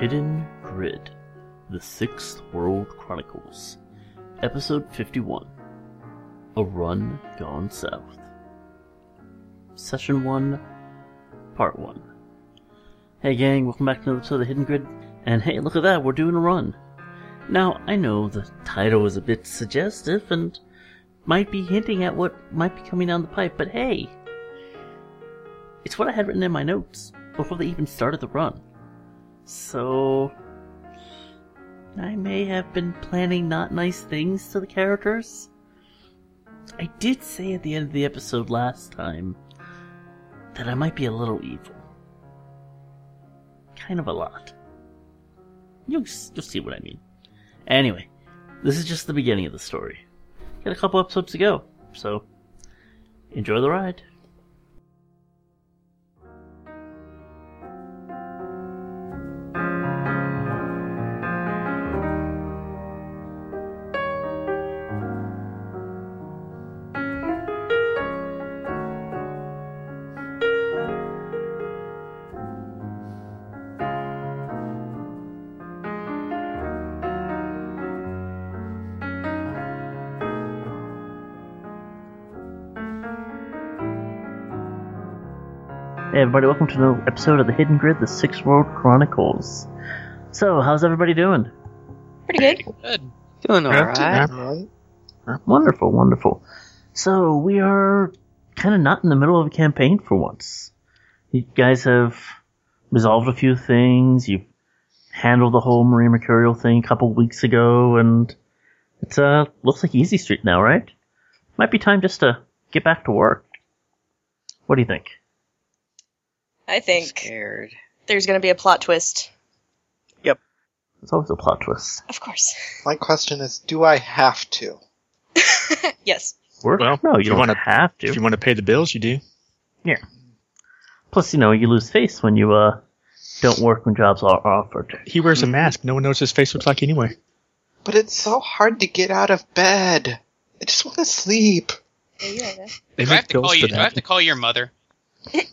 Hidden Grid The Sixth World Chronicles, Episode 51 A Run Gone South. Session 1, Part 1. Hey, gang, welcome back to another episode of the Hidden Grid. And hey, look at that, we're doing a run. Now, I know the title is a bit suggestive and might be hinting at what might be coming down the pipe, but hey, it's what I had written in my notes before they even started the run. So, I may have been planning not nice things to the characters. I did say at the end of the episode last time that I might be a little evil. Kind of a lot. You'll, s- you'll see what I mean. Anyway, this is just the beginning of the story. Got a couple episodes to go, so enjoy the ride. Hey everybody, welcome to another episode of the Hidden Grid, the Six World Chronicles. So, how's everybody doing? Pretty good. Good. Doing all Alright. right. Wonderful, wonderful. So, we are kind of not in the middle of a campaign for once. You guys have resolved a few things, you've handled the whole Marie Mercurial thing a couple weeks ago, and it's, uh, looks like Easy Street now, right? Might be time just to get back to work. What do you think? I I'm think scared. there's going to be a plot twist. There's always a plot twist. Of course. My question is, do I have to? yes. Work? Well, no, you, if you don't wanna- have to. If you want to pay the bills, you do. Plus, you know, you lose face when you uh don't work when jobs are offered. He wears a mask. No one knows his face looks like anyway. But it's so hard to get out of bed. I just want to sleep. They Do I have make to bills call for you? Do I that. have to call your mother?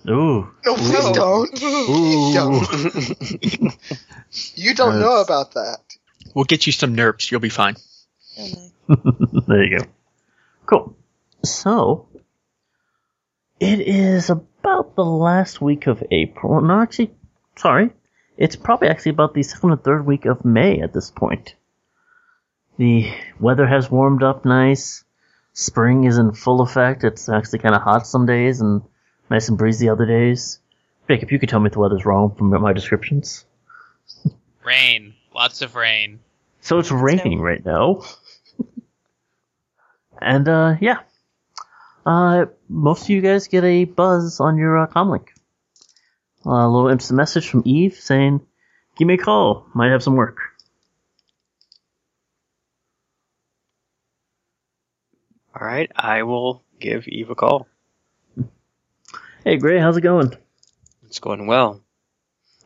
Ooh, No, please don't. Please don't. You don't know That's- about that. We'll get you some nerves. You'll be fine. there you go. Cool. So, it is about the last week of April. No, actually, sorry, it's probably actually about the second or third week of May at this point. The weather has warmed up nice. Spring is in full effect. It's actually kind of hot some days and nice and breezy other days. Jacob, you could tell me if the weather's wrong from my descriptions. Rain. Lots of rain. So it's raining right now. and uh, yeah, uh, most of you guys get a buzz on your uh, comlink. Uh, a little instant message from Eve saying, "Give me a call. Might have some work." All right, I will give Eve a call. Hey, Gray, how's it going? It's going well.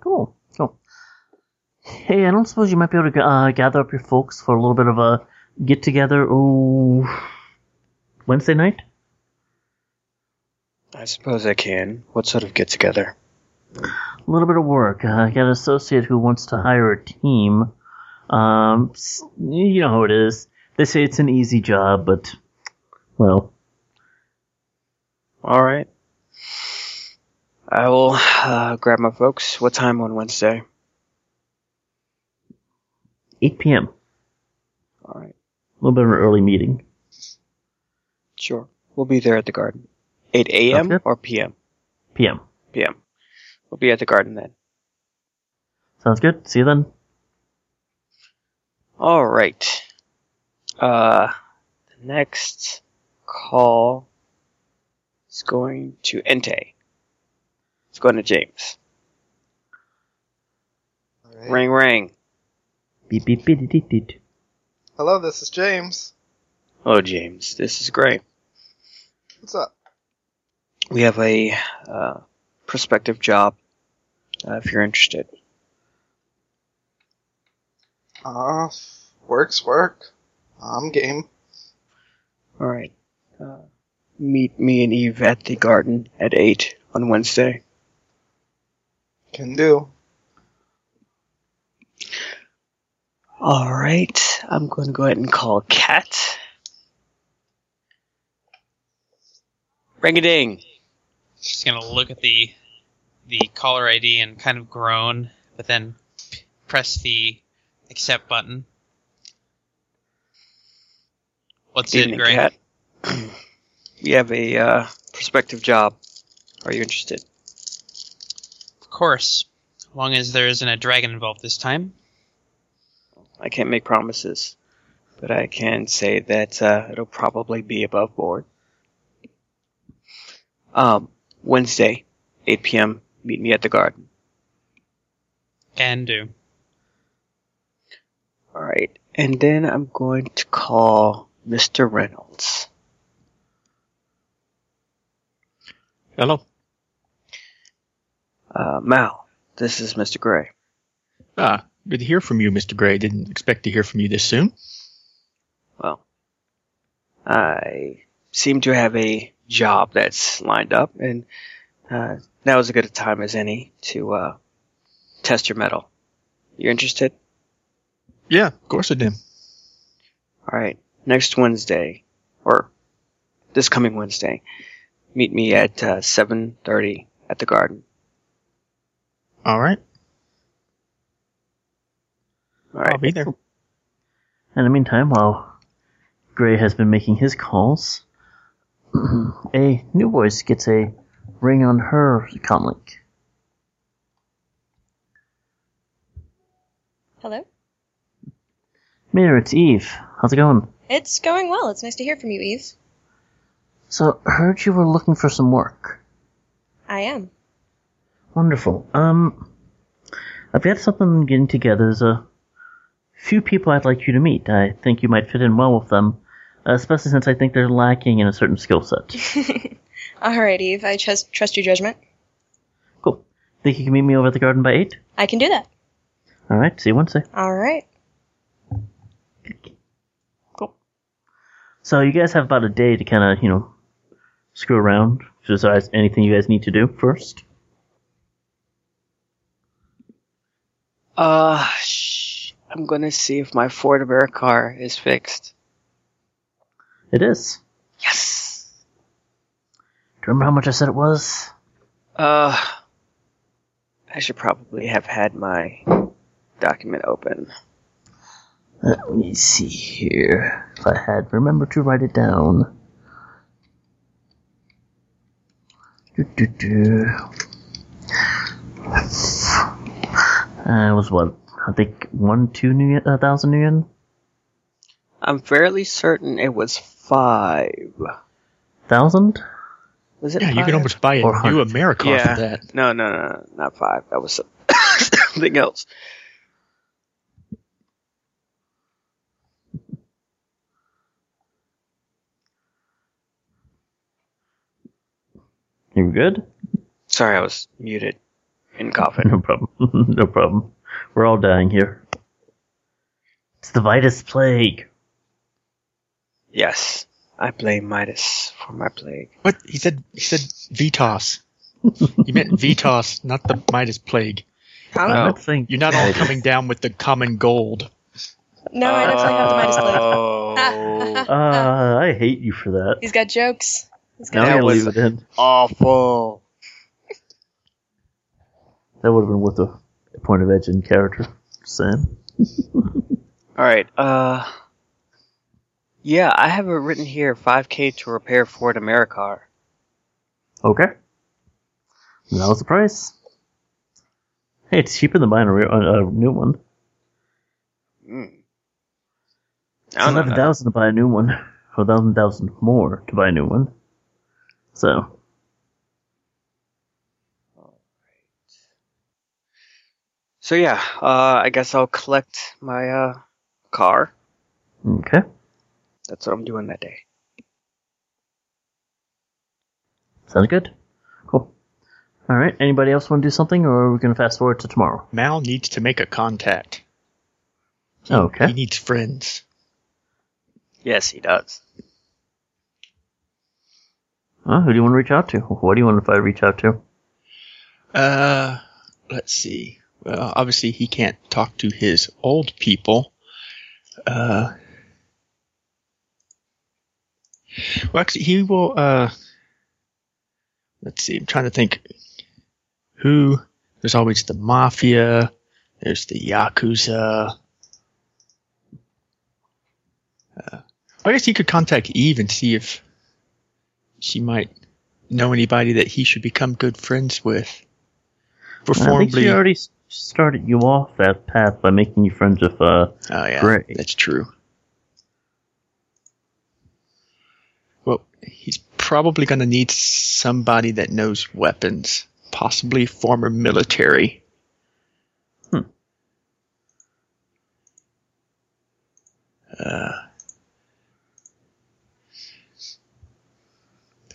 Cool. Cool. Hey, I don't suppose you might be able to uh, gather up your folks for a little bit of a get together. Ooh, Wednesday night. I suppose I can. What sort of get together? a little bit of work. Uh, I got an associate who wants to hire a team. Um, s- you know how it is. They say it's an easy job, but well, All right. I will uh, grab my folks. What time on Wednesday? 8 p.m. All right, A little bit of an early meeting. sure. We'll be there at the garden. 8 a.m. Okay. or p.m. P.m. p.m. We'll be at the garden then. Sounds good. See you then. All right. Uh, the next call is going to Ente. It's going to James. All right. Ring, ring. Beep beep beep beep beep. beep. Hello, this is James. Oh, James, this is great. What's up? We have a uh, prospective job. Uh, if you're interested, Ah, f- works work. I'm game. all right. Uh, meet me and Eve at the garden at eight on Wednesday. Can do. All right, I'm going to go ahead and call Cat. Ring a ding. She's gonna look at the the caller ID and kind of groan, but then p- press the accept button. What's it, Gray? Cat. You have a uh, prospective job. Are you interested? Of course, as long as there isn't a dragon involved this time. I can't make promises, but I can say that uh, it'll probably be above board. Um, Wednesday, 8 p.m. Meet me at the garden. Can do. All right, and then I'm going to call Mr. Reynolds. Hello. Uh, Mal, this is Mr. Gray. Ah, good to hear from you, Mr. Gray. Didn't expect to hear from you this soon. Well, I seem to have a job that's lined up, and uh, now is as good a time as any to uh, test your metal. You're interested? Yeah, of course I did. All right, next Wednesday, or this coming Wednesday, meet me at uh, 7.30 at the garden. All right, All right. I'll be there. In the meantime, while Gray has been making his calls, a new voice gets a ring on her comlink. Hello? Mayor, it's Eve. How's it going? It's going well. It's nice to hear from you, Eve. So, heard you were looking for some work. I am. Wonderful. Um, I've got something getting together. There's a few people I'd like you to meet. I think you might fit in well with them, especially since I think they're lacking in a certain skill set. All right, Eve. I trust, trust your judgment. cool. Think you can meet me over at the garden by eight? I can do that. All right. See you Wednesday. All right. Cool. So you guys have about a day to kind of you know screw around. If there's uh, anything you guys need to do first. Oh. Uh, sh- I'm going to see if my Ford Americar is fixed. It is. Yes! Do you remember how much I said it was? Uh, I should probably have had my document open. Let me see here. If I had remember to write it down. Do-do-do. Uh, it was what? I think one, two new, uh, thousand new yen? I'm fairly certain it was five. Thousand? Was it Yeah, five? you can almost buy Or a new hundred. America Yeah. for that. No, no, no, no, not five. That was something else. You were good? Sorry, I was muted and coughing. No problem. no problem. We're all dying here. It's the Vitus Plague. yes, I blame Midas for my plague. What he said? He said Vitas. you meant Vitas, not the Midas plague. I'm Oh, not saying You're not all coming down with the common gold. No, I don't have the Midas Blade. Oh, Uh, I hate you for that. He's got jokes. Now I'm That gonna was- leave it in. awful. That would have been worth a point of edge in character. Just saying. All right. Uh, yeah, I have it written here 5k to repair Ford Americar. Okay. And that was the price. Hey, it's cheaper than buying a, re- a, a new one. Mm. I don't know. Eleven thousand to buy a new one, or eleven thousand more to buy a new one. So So yeah, uh, I guess I'll collect my uh, car. okay, That's what I'm doing that day. sounds good. Cool. All right. Anybody else want to do something, or are we going to fast forward to tomorrow? Mal needs to make a contact. He Okay. needs friends. Yes, he does. Well, who do you want to reach out to? What do you want if I reach out to? Uh, let's see. Well, obviously he can't talk to his old people, Uh, well, actually, he will. Uh, let's see. I'm trying to think. Who? There's always the mafia. There's the yakuza. Uh, I guess he could contact Eve and see if she might know anybody that he should become good friends with. I think Preferably. she already s- started you off that path by making you friends with uh, Oh yeah, Great. that's true. Well, he's probably going to need somebody that knows weapons, possibly former military. Hmm. Uh,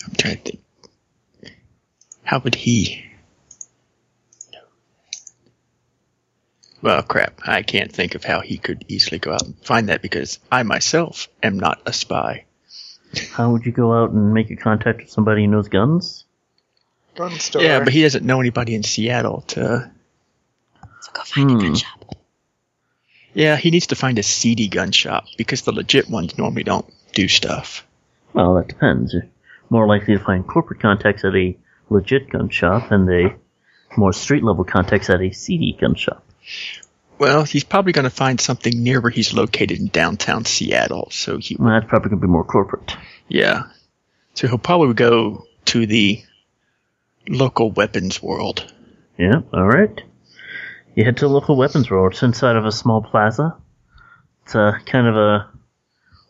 I'm trying to think. How would he? Well, crap. I can't think of how he could easily go out and find that because I myself am not a spy. How would you go out and make a contact with somebody who knows guns? Gun store. Yeah, but he doesn't know anybody in Seattle to. So go find a Hmm. gun shop. Yeah, he needs to find a seedy gun shop because the legit ones normally don't do stuff. Well, that depends. You're more likely to find corporate contacts at a legit gun shop and the more street level contacts at a CD gun shop. Well, he's probably going to find something near where he's located in downtown Seattle. So he, Well, that's probably going to be more corporate. yeah, so he'll probably go to the local weapons world. Yeah, alright. You head to the local weapons world. It's inside of a small plaza. It's a kind of a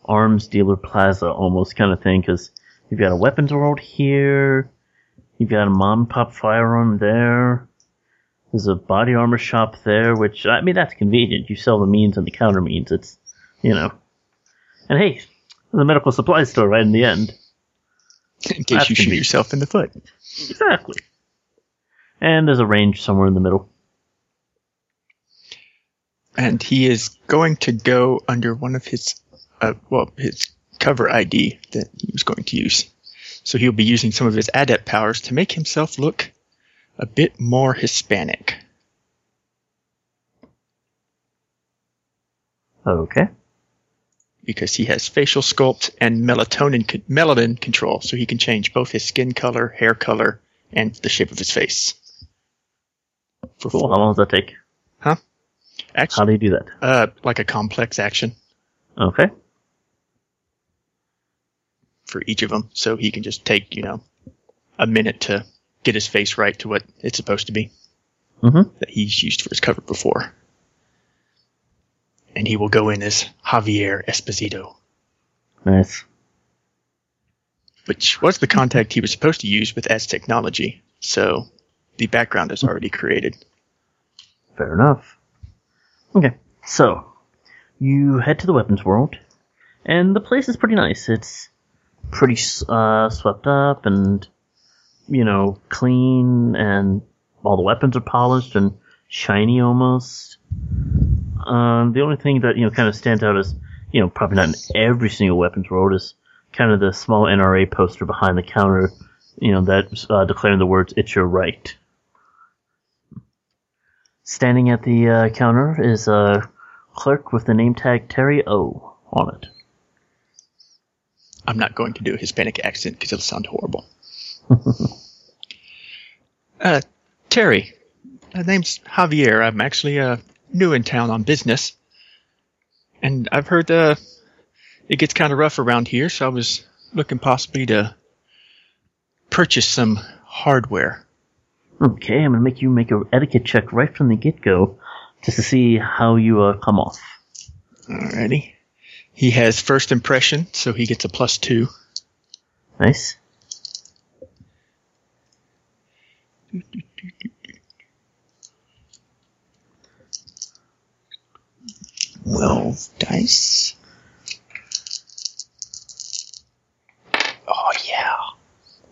arms dealer plaza almost kind of thing because you've got a weapons world here. You've got a mom and pop firearm there. There's a body armor shop there, which, I mean, that's convenient. You sell the means and the counter means. It's, you know. And hey, there's a medical supply store right in the end. In case That's you shoot convenient. yourself in the foot. Exactly. And there's a range somewhere in the middle. and he is going to go under one of his, uh, well, his cover ID that he was going to use. So he'll be using some of his adept powers to make himself look a bit more Hispanic. Okay. because he has facial sculpt and melatonin con- melanin control, so he can change both his skin color, hair color, and the shape of his face. For Cool. Um, How long does that take? How action, do you do that? uh, like a complex action Okay. for each of them, so he can just take you know a minute to get his face right to what it's supposed to be Mm-hmm. that he's used for his cover before. And he will go in as Javier Esposito, Nice. which was the contact he was supposed to use with As Technology. So the background is already created. Fair enough. Okay. So, you head to the weapons world, and the place is pretty nice. It's pretty s- uh, swept up and, you know, clean, and all the weapons are polished and shiny almost. Um, the only thing that, you know, kind of stands out is, you know, probably not in every single weapons world, is kind of the small NRA poster behind the counter, you know, that's uh, declaring the words, it's your right. Standing at the uh, counter is a clerk with the name tag Terry O on it. I'm not going to do a Hispanic accent because it'll sound horrible. uh, Terry, my name's Javier. I'm actually uh, new in town on business, and I've heard uh, it gets kind of rough around here, so I was looking possibly to purchase some hardware. Okay, I'm gonna make you make an etiquette check right from the get go, just to see how you uh, come off. Alrighty. He has first impression, so he gets a plus two. Nice. Twelve dice. Oh yeah.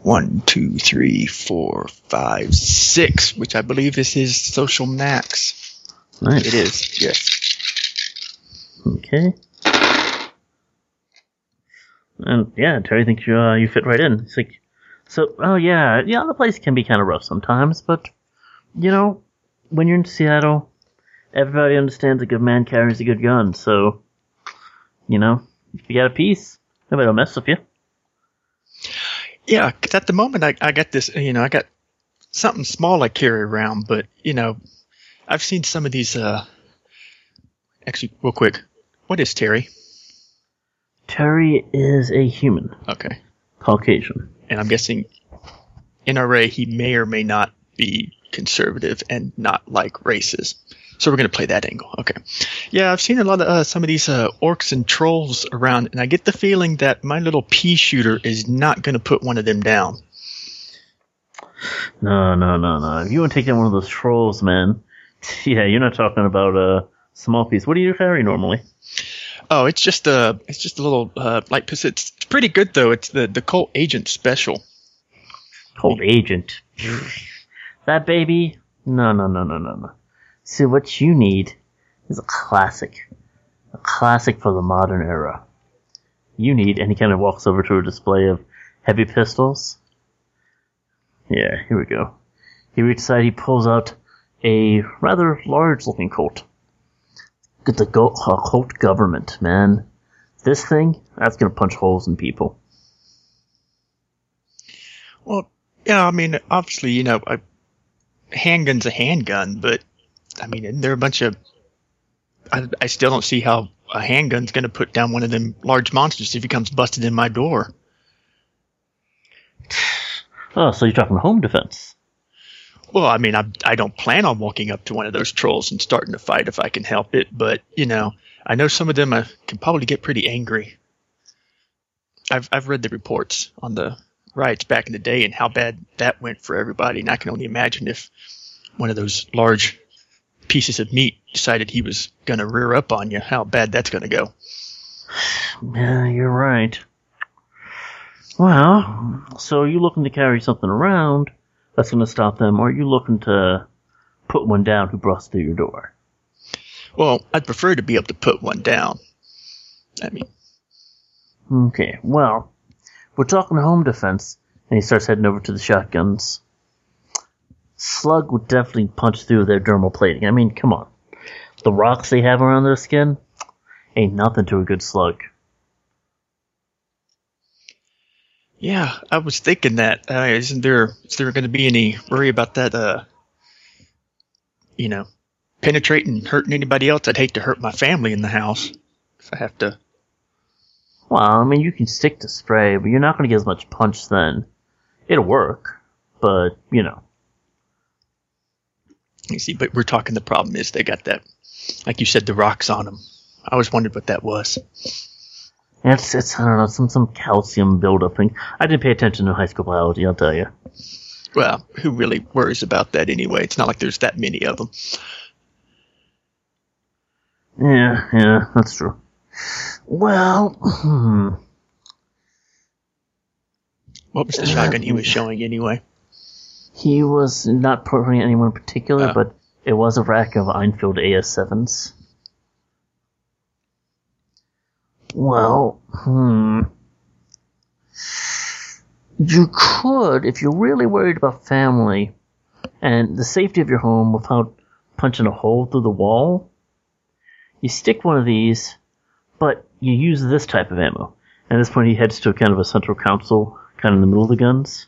One, two, three, four, five, six, which I believe is his social max. Nice. It is, yes. Okay. And yeah, Terry thinks you uh, you fit right in. It's like, so oh yeah, yeah, the place can be kind of rough sometimes, but you know, when you're in Seattle, everybody understands a good man carries a good gun. So You know, if you got a piece, nobody will mess with you. Yeah, 'cause at the moment I, I got this, you know, I got something small I carry around, but you know, I've seen some of these. uh Actually, real quick, what is Terry? Terry is a human, Okay, Caucasian. and I'm guessing NRA he may or may not be conservative and not like races. So we're gonna play that angle. Okay, yeah, I've seen a lot of uh, some of these uh, orcs and trolls around, and I get the feeling that my little pea shooter is not gonna put one of them down. No, no, no, no. If you want to take down one of those trolls, man, yeah, you're not talking about a small piece. What do you carry normally? Oh, it's just a it's just a little uh, light pistol. It's, it's pretty good though. It's the the Colt Agent Special. Cold agent. that baby? No, no, no, no, no, no. See, what you need is a classic. A classic for the modern era. You need, and he kind of walks over to a display of heavy pistols. Yeah, here we go. He reaches out, he pulls out a rather large looking Colt. Get the go- uh, Colt government, man. This thing, that's gonna punch holes in people. Well, yeah, I mean, obviously, you know, a handgun's a handgun, but I mean, isn't there a bunch of I, I still don't see how a handgun's going to put down one of them large monsters if he comes busted in my door. Oh, so you're talking home defense. Well, I mean, I I don't plan on walking up to one of those trolls and starting a fight if I can help it, but you know, I know some of them uh, can probably get pretty angry. I've I've read the reports on the riots back in the day and how bad that went for everybody, and I can only imagine if one of those large pieces of meat decided he was going to rear up on you, how bad that's going to go. Yeah, you're right. Well, so are you looking to carry something around that's going to stop them, or are you looking to put one down who busts through your door? Well, I'd prefer to be able to put one down. I mean, Okay, well, we're talking home defense, and he starts heading over to the shotguns. Slug would definitely punch through their dermal plating. I mean, come on. The rocks they have around their skin ain't nothing to a good slug. Yeah, I was thinking that. Uh, isn't there is there going to be any worry about that? Uh, you know, penetrating, and hurting anybody else. I'd hate to hurt my family in the house if I have to. Well, I mean, you can stick to spray, but you're not going to get as much punch then. It'll work, but, you know. You see, but we're talking. The problem is they got that, like you said, the rocks on them. I always wondered what that was. It's, it's I don't know, some some calcium buildup thing. I didn't pay attention to high school biology, I'll tell you. Well, who really worries about that anyway? It's not like there's that many of them. Yeah, yeah, that's true. Well, hmm. What was the shotgun he was showing anyway? he was not portraying anyone in particular, Oh. but it was a rack of Einfield AS7s. Well, hmm. You could, if you're really worried about family and the safety of your home without punching a hole through the wall, you stick one of these, but you use this type of ammo. At this point, he heads to kind of a central council, kind of in the middle of the guns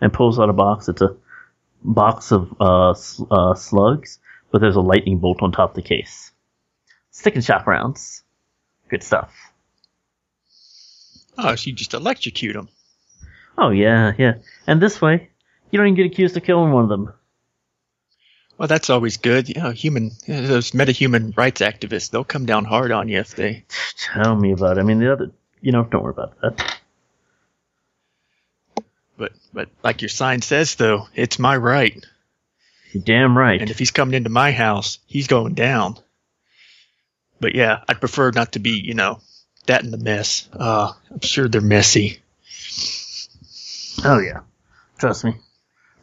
and pulls out a box. It's a box of uh, sl- uh, slugs, but there's a lightning bolt on top of the case. Stick and shot rounds. Good stuff. Oh, so you just electrocute him. Oh, yeah, yeah. And this way, you don't even get accused of killing one of them. Well, that's always good. You know, human, you know, those metahuman rights activists, they'll come down hard on you if they Tell me about it. I mean, the other, you know, don't worry about that. But but like your sign says though, it's my right. You're damn right. And if he's coming into my house, he's going down. But yeah, I'd prefer not to be, you know, that in the mess. Uh I'm sure they're messy. Oh yeah, trust me.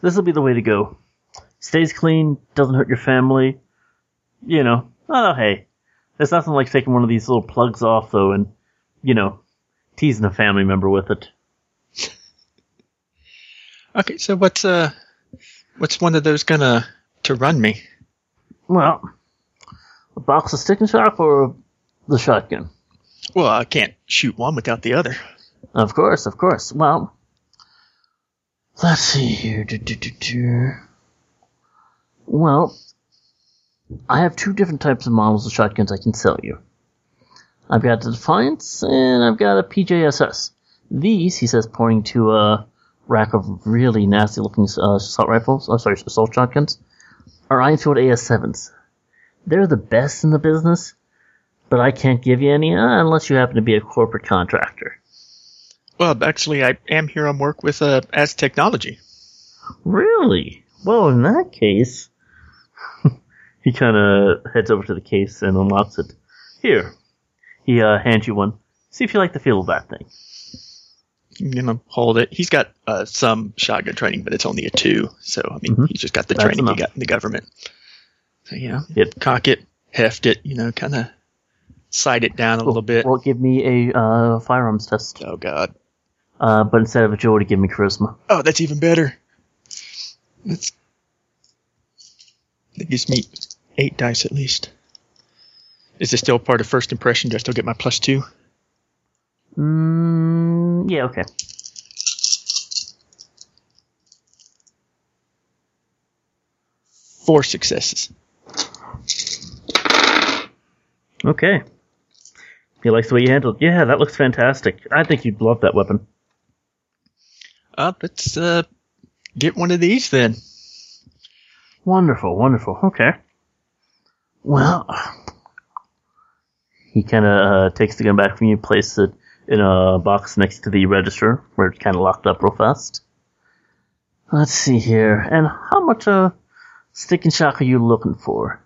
This will be the way to go. Stays clean, doesn't hurt your family. You know. Oh hey, there's nothing like taking one of these little plugs off though, and you know, teasing a family member with it. Okay, so what's uh what's one of those gonna to run me? Well, a box of stick and shock or the shotgun. Well, I can't shoot one without the other. Of course, of course. Well, let's see here. Do, do, do, do. Well, I have two different types of models of shotguns I can sell you. I've got the Defiance, and I've got a PJSS. These, he says, pointing to a rack of really nasty looking uh, assault rifles, oh, sorry, assault shotguns, are Ironfield AS7s. They're the best in the business, but I can't give you any uh, unless you happen to be a corporate contractor. Well, actually, I am here on work with uh, As Technology. Really? Well, in that case, he kind of heads over to the case and unlocks it. Here, he uh, hands you one. See if you like the feel of that thing. I'm gonna hold it. He's got uh, some shotgun training, but it's only a two. So I mean, Mhm. he's just got the That's training he enough. got in the government. So you know, Yep. cock it, heft it, you know, kind of sight it down a little bit. Well, give me a uh, firearms test, Oh God. uh, but instead of agility, give me charisma. Oh, that's even better. That's that gives me eight dice at least. Is this still part of first impression? Do I still get my plus two? Mm, yeah, okay. Four successes. Okay. He likes the way you handled. it. Yeah, that looks fantastic. I think you'd love that weapon. Uh, let's uh, get one of these then. Wonderful, wonderful. Okay. Well, he kind of uh, takes the gun back from you, places it in a box next to the register where it's kind of locked up real fast. Let's see here. And how much uh, stick and shock are you looking for?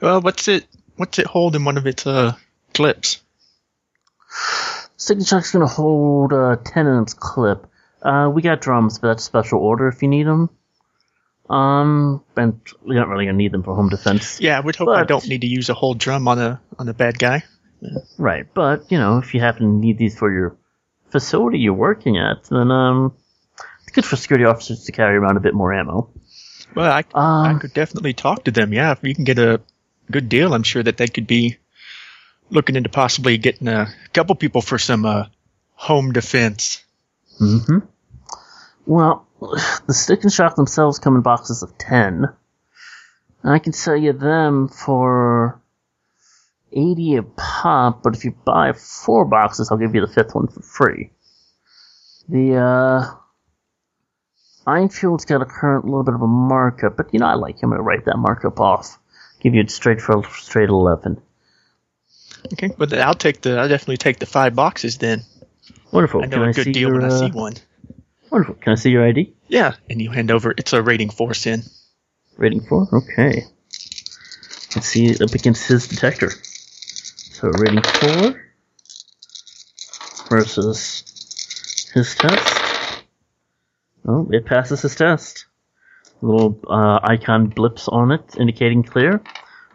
Well, what's it? What's it hold in one of its uh clips? Stick and shock's going to hold uh, 10 in its clip. Uh, we got drums, but that's special order if you need them. Um, and we are not really going to need them for home defense. Yeah, I would hope I But- don't need to use a whole drum on a on a bad guy. Right, but you know, if you happen to need these for your facility you're working at, then um, it's good for security officers to carry around a bit more ammo. Well, I, I Um, could definitely talk to them. Yeah, if you can get a good deal, I'm sure that they could be looking into possibly getting a couple people for some uh, home defense. hmm Well, the stick and shock themselves come in boxes of ten. And I can sell you them for eighty a pop, but if you buy four boxes, I'll give you the fifth one for free. The uh, Einfield's got a current little bit of a markup, but you know I like him. I write that markup off, give you it straight for straight eleven. Okay, but I'll take the I'll definitely take the five boxes then. Wonderful. I Can know a I good see deal your, when I see uh, one. Wonderful. Can I see your ID? Yeah, and you hand over. It's a rating four sin. Rating four? Okay. Let's see it up against his detector. So rating four versus his test. Oh, it passes his test. Little uh, icon blips on it indicating clear.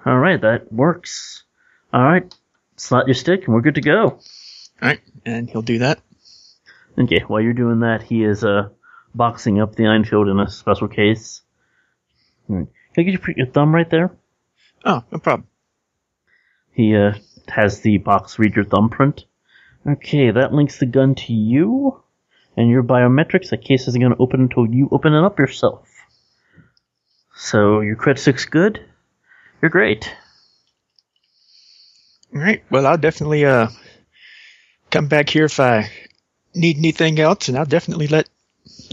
All right, that works. All right, slot your stick and we're good to go. All right, and he'll do that. Okay, while you're doing that, he is uh, boxing up the Einfield in a special case. All right. Can I get your, put your thumb right there? Oh, no problem. He uh, has the box read your thumbprint. Okay, that links the gun to you and your biometrics. The case isn't going to open until you open it up yourself. So your cred six good. You're great. All right. Well, I'll definitely uh come back here if I need anything else, and I'll definitely let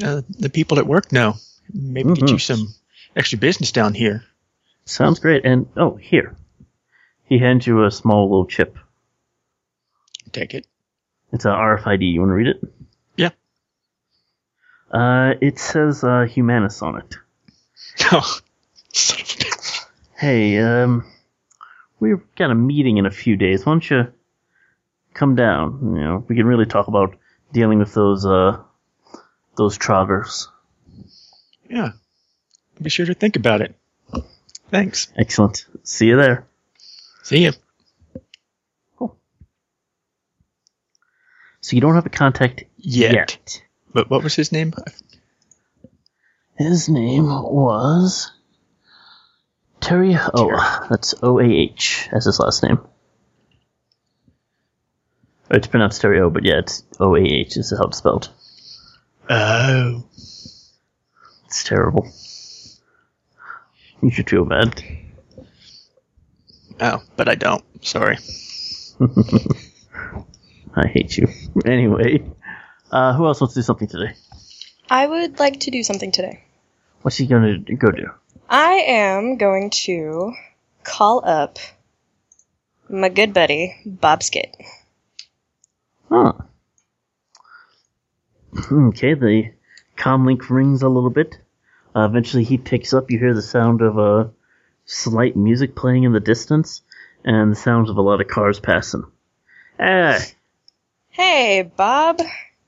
uh, the people at work know. Maybe get Mhm. you some extra business down here. Sounds great. And oh, here, he hands you a small little chip. Take it. It's a RFID. You want to read it? Yeah. Uh, it says uh, Humanus on it. Oh, son of a bitch. Hey, um, we've got a meeting in a few days. Why don't you come down? You know, we can really talk about dealing with those uh those troggers. yeah. Be sure to think about it. Thanks. Excellent. See you there. See you. So you don't have a contact Yet. yet. But what was his name? His name was Terry O. That's O A H as his last name. It's pronounced stereo, but yeah, it's O A H is how it's spelled. Oh. It's terrible. You should feel bad. Oh, but I don't. Sorry. I hate you. Anyway, uh, who else wants to do something today? I would like to do something today. What's he going to go do? I am going to call up my good buddy, Bob Skit. Huh. Hmm, Okay, the comlink rings a little bit. Uh, eventually, he picks up. You hear the sound of uh, slight music playing in the distance, and the sounds of a lot of cars passing. Eh, Hey, Bob,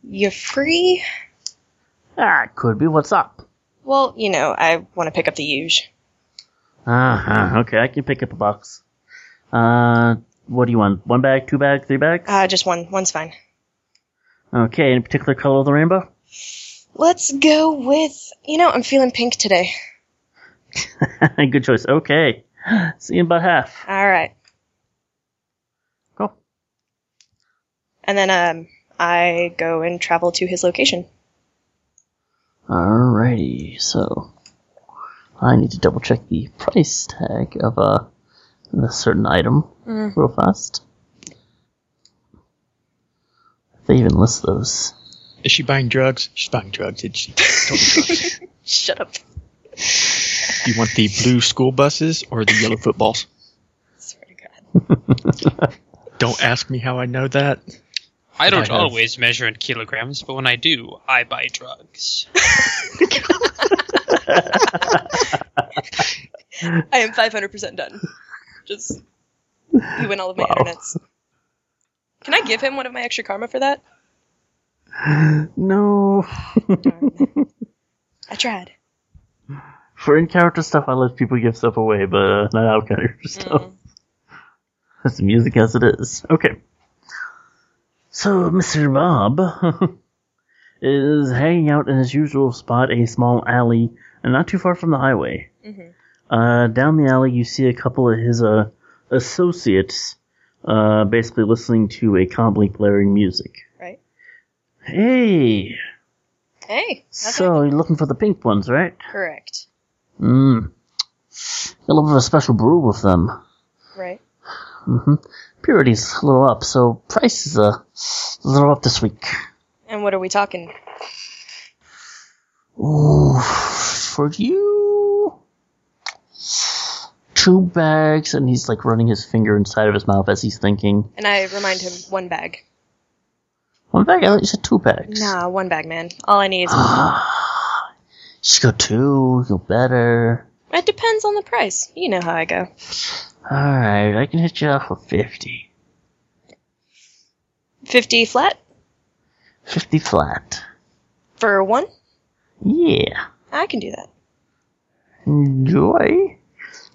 you free? ah, could be. What's up? Well, you know, I want to pick up the huge. Uh-huh, okay, I can pick up a box. Uh, what do you want? One bag, two bags, three bags? Uh, just one. One's fine. Okay, any particular color of the rainbow? Let's go with, you know, I'm feeling pink today. Good choice. Okay, see you in about half. All right. Cool. And then um, I go and travel to his location. Alrighty, so I need to double check the price tag of a, a certain item Mm. real fast. If they even list those. Is she buying drugs? She's buying drugs. Did she? Shut up. Do you want the blue school buses or the yellow footballs? Swear to God. Don't ask me how I know that. I don't I have- always measure in kilograms, but when I do, I buy drugs. I am 500% done. Just, you win all of my Wow. internets. Can I give him one of my extra karma for that? No. I tried. For in character stuff, I let people give stuff away, but uh, not out of character stuff. That's the music as it is. Okay. So, Mr. Bob is hanging out in his usual spot, a small alley, and not too far from the highway. Mhm. Uh, down the alley, you see a couple of his uh, associates uh, basically listening to a comlink blaring music. Right. Hey! Hey. how's it? So, you're looking for the pink ones, right? Correct. Mm. A little bit of a special brew with them. Right. hmm Purity's a little up, so price is uh, a little up this week. And what are we talking? Ooh, for you, two bags, and he's like running his finger inside of his mouth as he's thinking. And I remind him one bag. One bag? I thought you said two bags. Nah, one bag, man. All I need is. Ah, just go two. You're better. It depends on the price. You know how I go. All right, I can hit you up for fifty. 50 flat Fifty flat. for one? Yeah. I can do that. Enjoy.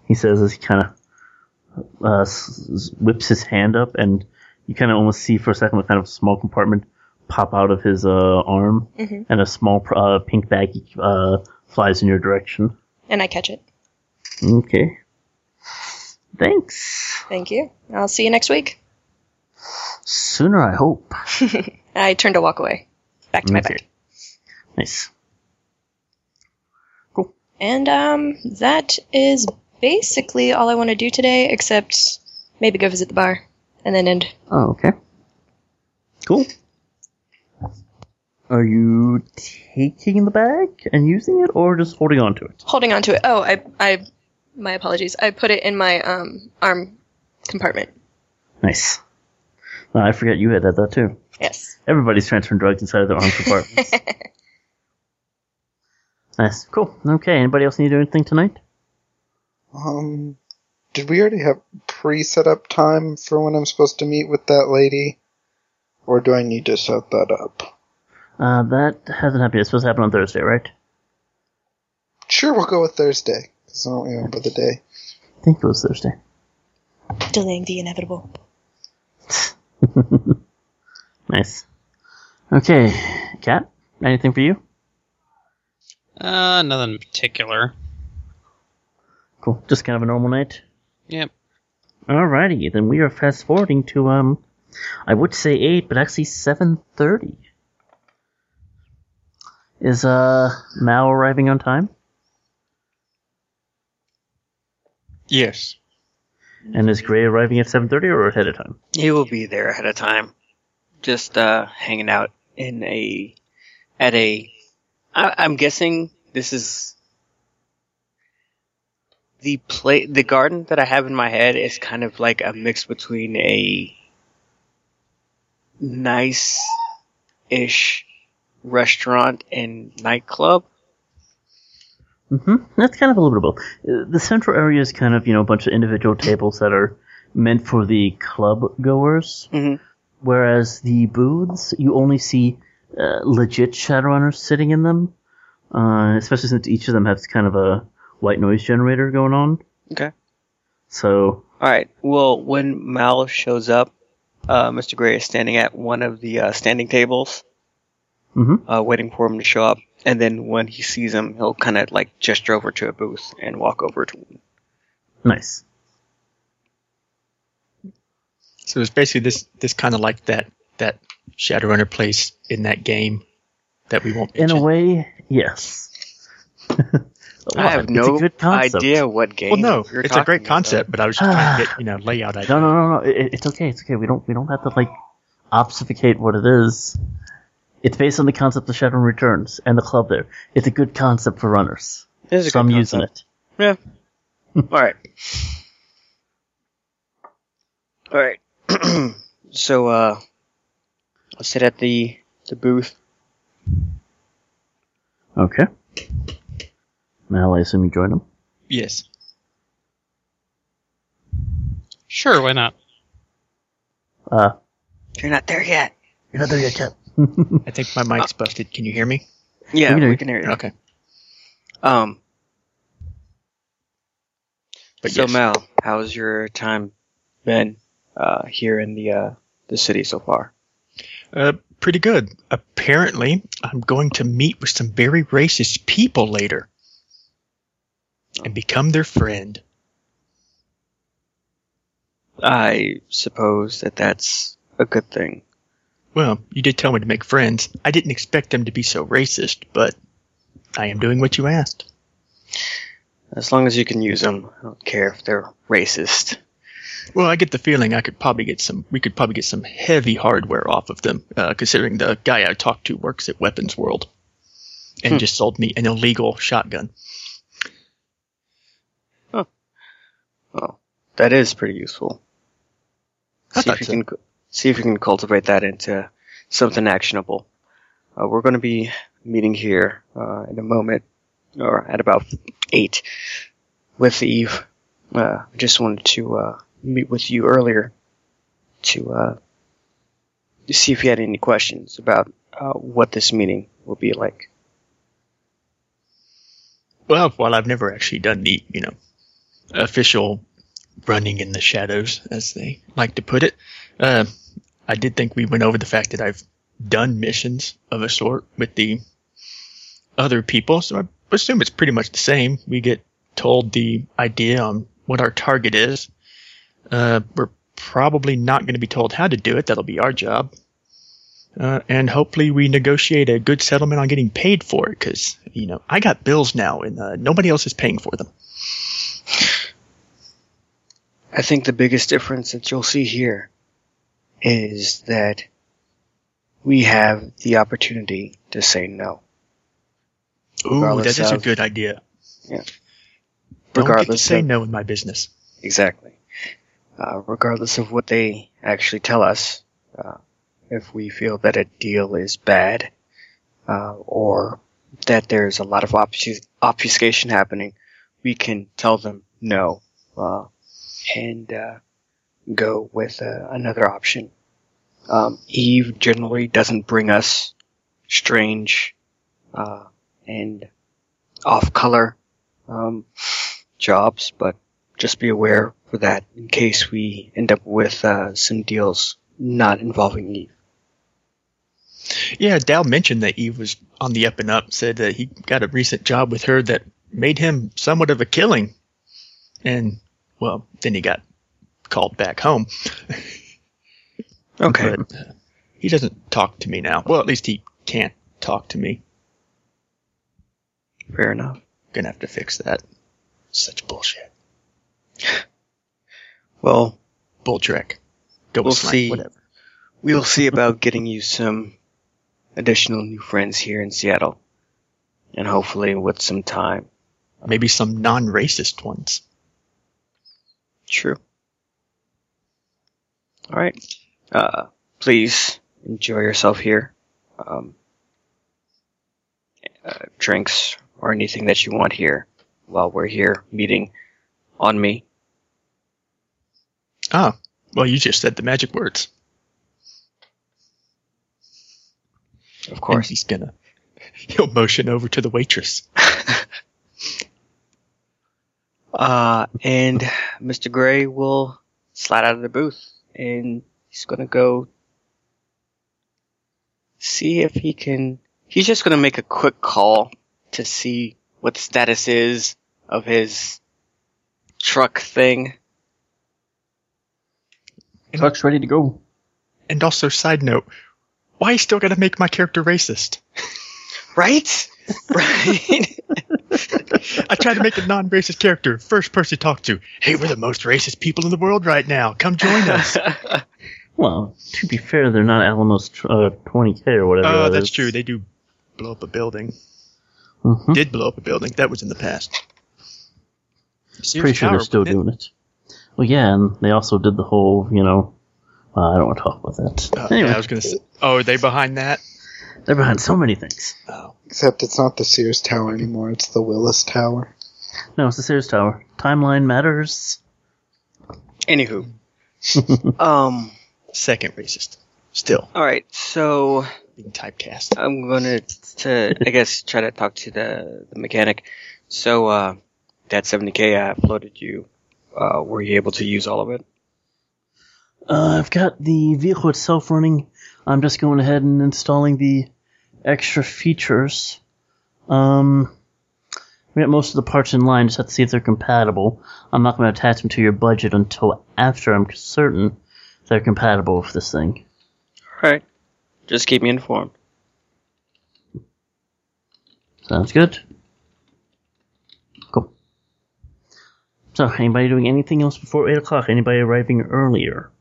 He says as he kind of uh, s- s- whips his hand up, and you kind of almost see for a second a kind of small compartment pop out of his uh, arm, Mhm. and a small pr- uh, pink bag uh, flies in your direction. And I catch it. Okay. Thanks. Thank you. I'll see you next week. Sooner, I hope. I turn to walk away. Back to my Okay. bag. Nice. And um that is basically all I want to do today except maybe go visit the bar and then end. Oh, okay. Cool. Are you taking the bag and using it, or just holding on to it? Holding on to it. Oh, I I my apologies. I put it in my um arm compartment. Nice. Uh, I forget you had had that too. Yes. Everybody's transferring drugs inside of their arm compartments. nice. Cool. Okay. Anybody else need to do anything tonight? Um, did we already have pre-set up time for when I'm supposed to meet with that lady, or do I need to set that up? Uh, that hasn't happened. yet. It's supposed to happen on Thursday, right? Sure, we'll go with Thursday because I don't remember the day. I think it was Thursday. Delaying the inevitable. Nice. Okay. Kat, anything for you? Uh, nothing in particular. Cool. Just kind of a normal night. Yep. Alrighty, then we are fast forwarding to um I would say eight, but actually seven thirty. Is uh Mao arriving on time? Yes. And is Gray arriving at seven thirty or ahead of time? He will be there ahead of time, just uh, hanging out in a at a. I, I'm guessing this is the play. The garden that I have in my head is kind of like a mix between a nice ish restaurant and nightclub. hmm That's kind of a little bit of both. Uh, The central area is kind of you know a bunch of individual tables that are meant for the club goers, Mhm. whereas the booths you only see uh, legit Shadowrunners sitting in them, uh, especially since each of them has kind of a white noise generator going on. Okay. So All right. Well, when Mal shows up, uh, Mr. Gray is standing at one of the uh, standing tables, Mhm. uh, waiting for him to show up. And then when he sees him, he'll kind of like gesture over to a booth and walk over to one. nice. So it's basically this this kind of like that that Shadowrunner place in that game that we won't In mention. a way, yes. I have It's a no good concept. idea what game. Well, no, you're it's a talking great about. concept, but I was just trying to get you know layout ideas. No, no, no, no. It, it's okay. It's okay. We don't. We don't have to like obfuscate what it is. It's based on the concept of Shadow Returns and the club there. It's a good concept for runners, It is a so I'm good using concept. it. All right. All right. so, uh, I'll sit at the the booth. Okay. Mal, I assume you join him. Yes. Sure, why not? Uh, You're not there yet. you're not there yet, Chad. I think my mic's busted. Can you hear me? Ah. Yeah, We can hear we you. can hear you. Okay. Um, But so yes. Mal, how's your time been uh, here in the uh, the city so far? Uh, pretty good. Apparently, I'm going to meet with some very racist people later Oh. and become their friend. I suppose that that's a good thing. Well, you did tell me to make friends. I didn't expect them to be so racist, but I am doing what you asked. As long as you can use them, I don't care if they're racist. Well, I get the feeling I could probably get some. We could probably get some heavy hardware off of them, uh, considering the guy I talked to works at Weapons World, and Hmm. just sold me an illegal shotgun. Well, that is pretty useful. see I if thought you so. can cu- see if you can cultivate that into something actionable. Uh, we're going to be meeting here uh, in a moment, or at about eight, with Eve. Uh, I just wanted to uh, meet with you earlier to uh, to see if you had any questions about uh, what this meeting will be like. Well, while I've never actually done the, you know, official running in the shadows, as they like to put it, uh, I did think we went over the fact that I've done missions of a sort with the other people, so I assume it's pretty much the same. We get told the idea on what our target is. Uh, we're probably not going to be told how to do it. That'll be our job. Uh, and hopefully we negotiate a good settlement on getting paid for it because you know i got bills now and uh, nobody else is paying for them I think the biggest difference that you'll see here is that we have the opportunity to say no. ooh Regardless that is a of- good idea Yeah. don't get to Regardless say of- no in my business Exactly. Uh, regardless of what they actually tell us, uh, if we feel that a deal is bad, uh, or that there's a lot of obfus- obfuscation happening, we can tell them no, uh, and uh, go with uh, another option. Um, Eve generally doesn't bring us strange uh, and off-color um, jobs, but just be aware for that in case we end up with uh, some deals not involving Eve. yeah dow mentioned that eve was on the up and up said that he got a recent job with her that made him somewhat of a killing and well then he got called back home Okay. But He doesn't talk to me now. Well, at least he can't talk to me. Fair enough. Gonna have to fix that. Such bullshit. Well, Bull trick. Go We'll with slang, see. Whatever. we'll see about getting you some additional new friends here in Seattle. And hopefully with some time. Maybe some non-racist ones. True. All right. Uh, please enjoy yourself here. Um, uh, drinks or anything that you want here while we're here meeting on me. Ah, well, you just said the magic words. Of Of course, course. he's gonna. He'll motion over to the waitress. Uh, and Mr. Gray will slide out of the booth and he's gonna go see if he can. He's just gonna make a quick call to see what the status is of his truck thing. Truck's ready to go. And also, side note, why you still gotta make my character racist? Right? right? I tried to make a non-racist character. First person to talk to. Hey, we're the most racist people in the world right now. Come join us. Well, to be fair, they're not Alamos tr- uh, 20K or whatever. Oh, that that's is. true. They do blow up a building. Mhm. Did blow up a building. That was in the past. Pretty sure they're still doing it. Well, yeah, and they also did the whole, you know. Well, I don't want to talk about that. Uh, anyway, yeah, I was gonna. Say, oh, are they behind that? they're behind so many things. Oh, Except it's not the Sears Tower anymore, it's the Willis Tower. No, it's the Sears Tower. Timeline matters. Anywho. Um, second racist. Still alright, so. being typecast. I'm gonna to I guess try to talk to the the mechanic. So uh that 70k I uploaded you. Uh were you able to use all of it? Uh, I've got the vehicle itself running. I'm just going ahead and installing the extra features. Um, we got most of the parts in line. Just have to see if they're compatible. I'm not going to attach them to your budget until after I'm certain they're compatible with this thing. All right. Just keep me informed. Sounds good. Cool. So, anybody doing anything else before eight o'clock? Anybody arriving earlier?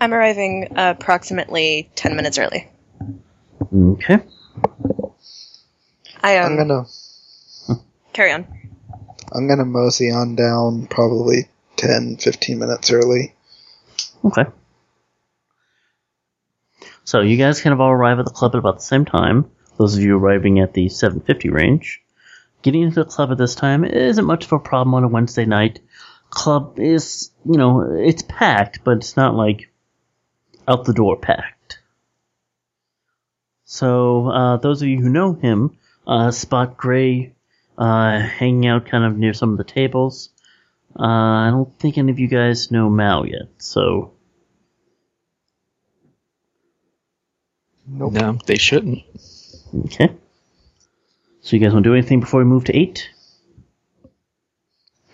I'm arriving approximately 10 minutes early. Okay. I um I'm gonna carry on. I'm gonna mosey on down probably 10, 15 minutes early. Okay. So you guys kind of all arrive at the club at about the same time. Those of you arriving at the 750 range. Getting into the club at this time isn't much of a problem on a Wednesday night. Club is, you know, it's packed, but it's not like out the door packed. So uh, those of you who know him uh, spot Gray uh, hanging out kind of near some of the tables. Uh, I don't think any of you guys know Mao yet, so Nope. No, they shouldn't. Okay. So you guys want to do anything before we move to eight?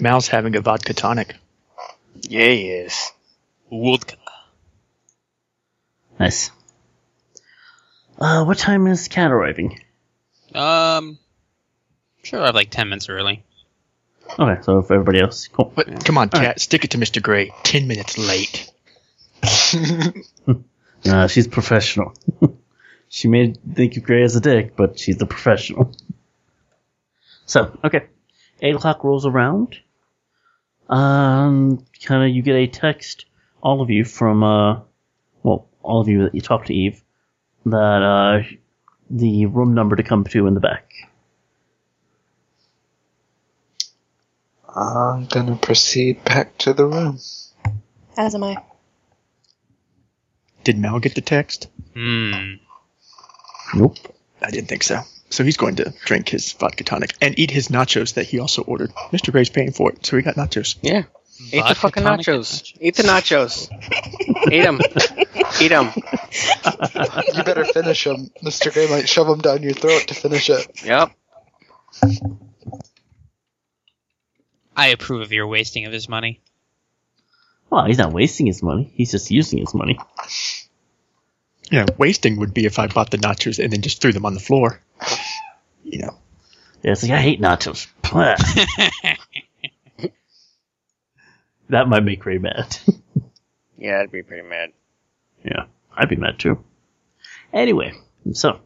Mal's having a vodka tonic. Yeah, he is. Woodka. Nice. Uh, what time is Cat arriving? Um, sure, I have like ten minutes early. Okay, so for everybody else, cool. What? Come on, cat. Stick it to Mr. Gray. Ten minutes late. Uh, she's professional. she may think of Gray as a dick, but she's the professional. So, okay. 8 o'clock rolls around. Um, kind of, you get a text, all of you, from, uh, well, all of you that you talked to Eve, that, uh, the room number to come to in the back. I'm gonna proceed back to the room. As am I. Did Mal get the text? Hmm. Nope. I didn't think so. So he's going to drink his vodka tonic and eat his nachos that he also ordered. Mr. Gray's paying for it, so he got nachos. Yeah. Eat the Vodka fucking tonic and nachos. Eat the nachos. Eat them. Eat them. You better finish him. Mr. Gray might shove him down your throat to finish it. Yep. I approve of your wasting of his money. Well, he's not wasting his money. He's just using his money. Yeah, wasting would be if I bought the nachos and then just threw them on the floor. You know. Yeah, it's like, I hate nachos. Blah. that might make Ray mad. Yeah, I'd be pretty mad. Yeah, I'd be mad too. Anyway, so.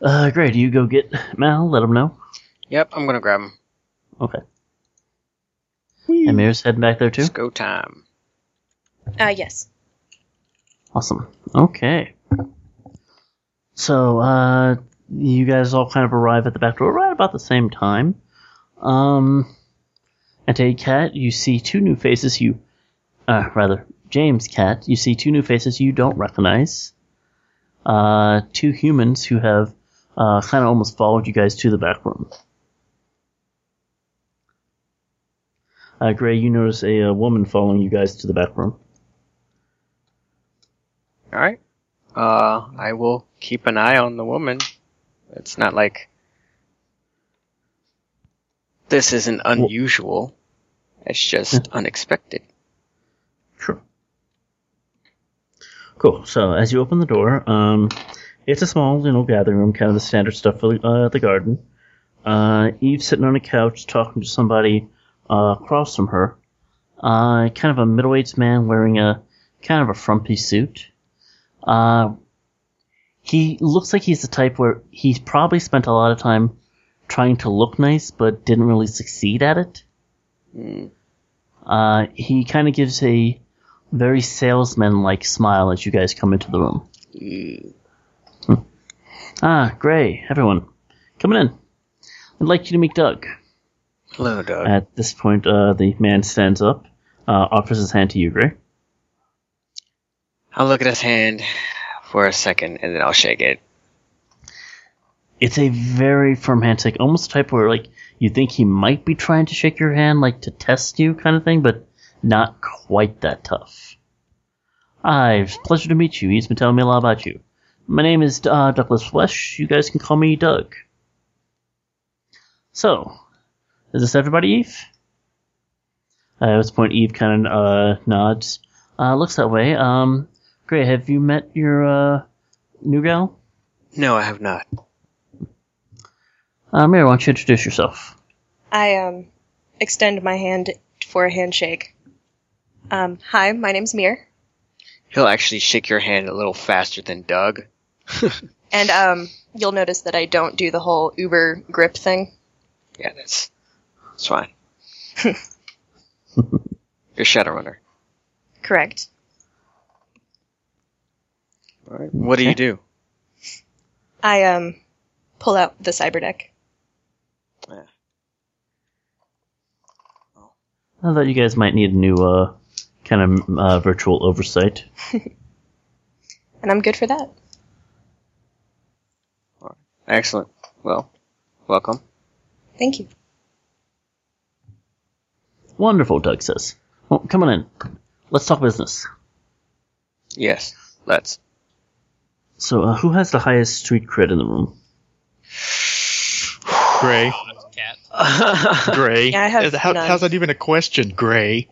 Uh, great. You go get Mal, let him know. Yep, I'm gonna grab him. Okay. And Mir's heading back there too? It's go time. Uh, yes. Awesome. Okay. So, uh, you guys all kind of arrive at the back door right about the same time. Um, and to Cat, you see two new faces you, uh, rather, James Cat, you see two new faces you don't recognize. Uh, two humans who have, uh, kind of almost followed you guys to the back room. Uh, Gray, you notice a, uh woman following you guys to the back room. All right. Uh, I will keep an eye on the woman. It's not like this isn't unusual. It's just unexpected. Sure. Cool. So as you open the door, um, it's a small, you know, gathering room, kind of the standard stuff for the, uh, the garden. Uh, Eve's sitting on a couch talking to somebody uh, across from her. Uh, kind of a middle-aged man wearing a kind of a frumpy suit. Uh, he looks like he's the type where he's probably spent a lot of time trying to look nice, but didn't really succeed at it. Mm. Uh, he kind of gives a very salesman-like smile as you guys come into the room. Mm. Ah, Gray, everyone, coming in. I'd like you to meet Doug. Hello, Doug. At this point, uh, the man stands up, uh, offers his hand to you, Gray. I'll look at his hand for a second and then I'll shake it. It's a very firm handshake, almost the type where like you think he might be trying to shake your hand, like to test you, kind of thing, but not quite that tough. Hi, it's a pleasure to meet you. He's been telling me a lot about you. My name is uh, Douglas Flesh. You guys can call me Doug. So, is this everybody, Eve? Uh, at this point, Eve kind of uh, nods. Uh, looks that way. Um, great. Have you met your uh, new gal? No, I have not. Uh, Mary, why don't you introduce yourself? I um extend my hand for a handshake. Um, hi, my name's Mir, He'll actually shake your hand a little faster than Doug. and um, you'll notice that I don't do the whole Uber grip thing. Yeah, that's that's fine. You're Shadowrunner. Correct. All right. What do you do? I um pull out the cyberdeck. I thought you guys might need a new uh, kind of uh, virtual oversight. And I'm good for that. Excellent. Well, welcome. Thank you. Wonderful, Doug says. Well, come on in. Let's talk business. Yes, let's. So, uh, who has the highest street cred in the room? Gray. Cat. Gray. Uh, Yeah, I have How, none. how's that even a question? Gray.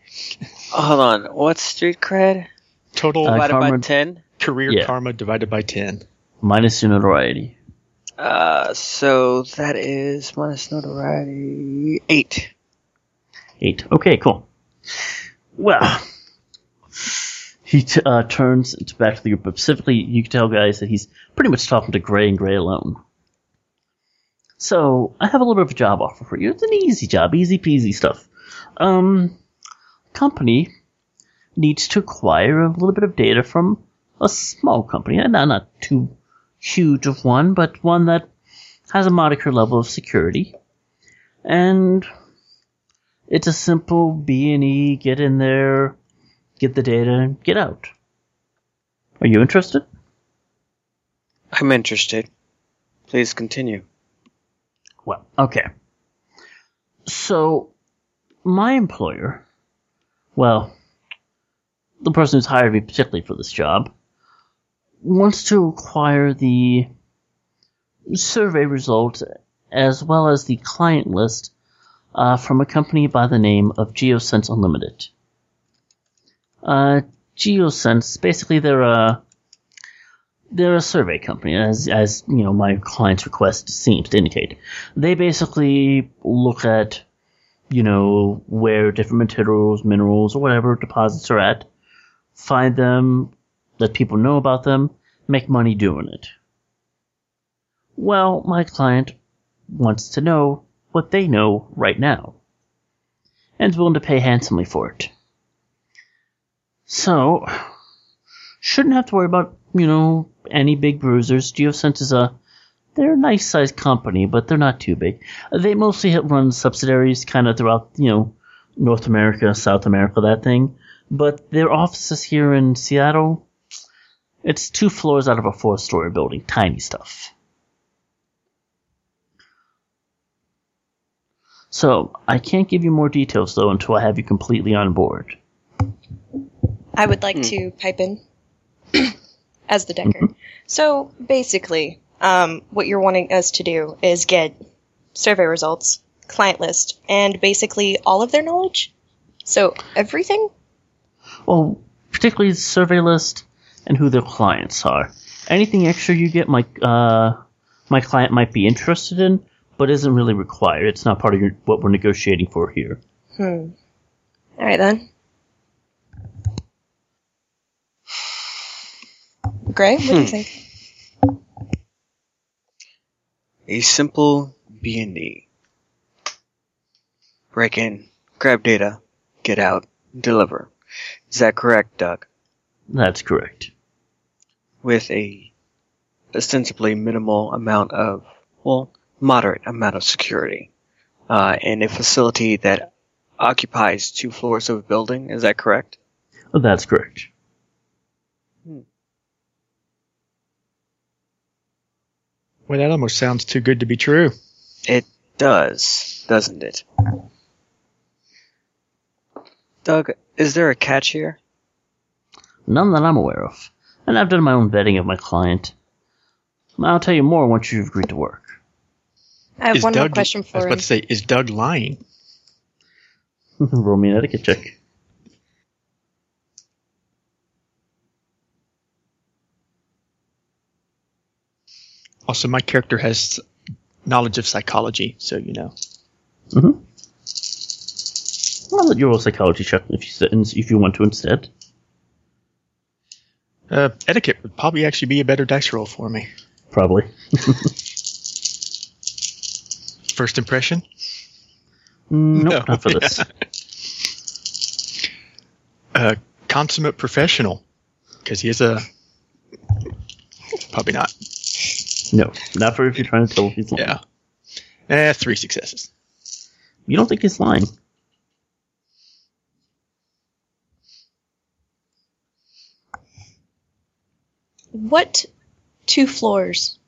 Hold on. What's street cred? Total Uh, Divided by Karma- ten. career yeah. karma divided by 10. Minus your notoriety. Uh, so that is minus notoriety eight. Eight. Okay, cool. Well, he t- uh, turns to back to the group. but Specifically, you can tell guys that he's pretty much talking to Gray and Gray alone. So I have a little bit of a job offer for you. It's an easy job, easy peasy stuff. Um, company needs to acquire a little bit of data from a small company, and not not too huge of one, but one that has a moniker level of security. And it's a simple B and E. Get in there, get the data, and get out. Are you interested? I'm interested. Please continue. Well, okay. So, my employer, well, the person who's hired me particularly for this job, wants to acquire the survey results as well as the client list uh, from a company by the name of GeoSense Unlimited. Uh, Geosense, basically they're a they're a survey company, as as you know my client's request seems to indicate. They basically look at you know where different materials, minerals, or whatever deposits are at, find them, let people know about them, make money doing it. Well, my client wants to know what they know right now, and is willing to pay handsomely for it. So, shouldn't have to worry about, you know, any big bruisers. Geosense is a, they're a nice sized company, but they're not too big. They mostly hit- run subsidiaries kind of throughout, you know, North America, South America, that thing. But their offices here in Seattle, it's two floors out of a four story building, tiny stuff. So, I can't give you more details though until I have you completely on board. I would like to pipe in as the decker. So basically, um, what you're wanting us to do is get survey results, client list, and basically all of their knowledge. So everything. Well, particularly the survey list and who their clients are. Anything extra you get, my uh, my client might be interested in, but isn't really required. It's not part of your, what we're negotiating for here. Hmm. All right then. Gray, what do Hmm. you think? A simple B and D. Break in, grab data, get out, deliver. Is that correct, Doug? That's correct. With a ostensibly minimal amount of, well, moderate amount of security, uh, in a facility that occupies two floors of a building. Is that correct? That's correct. Well, that almost sounds too good to be true. It does, doesn't it? Doug, is there a catch here? None that I'm aware of. And I've done my own vetting of my client. I'll tell you more once you've agreed to work. I have Is one more Doug- question I was for about him. to say, is Doug lying? Roll me an etiquette check. Also, my character has knowledge of psychology, so you know. Mm-hmm. I'll let you roll a psychology check if you, if you want to instead. Uh, etiquette would probably actually be a better dice roll for me. Probably. First impression? Mm, Nope, No. not for this. Uh, consummate professional, because he is a. Probably not. No, not for if you're trying to tell if he's lying. Yeah. Eh, three successes. You don't think he's lying. What two floors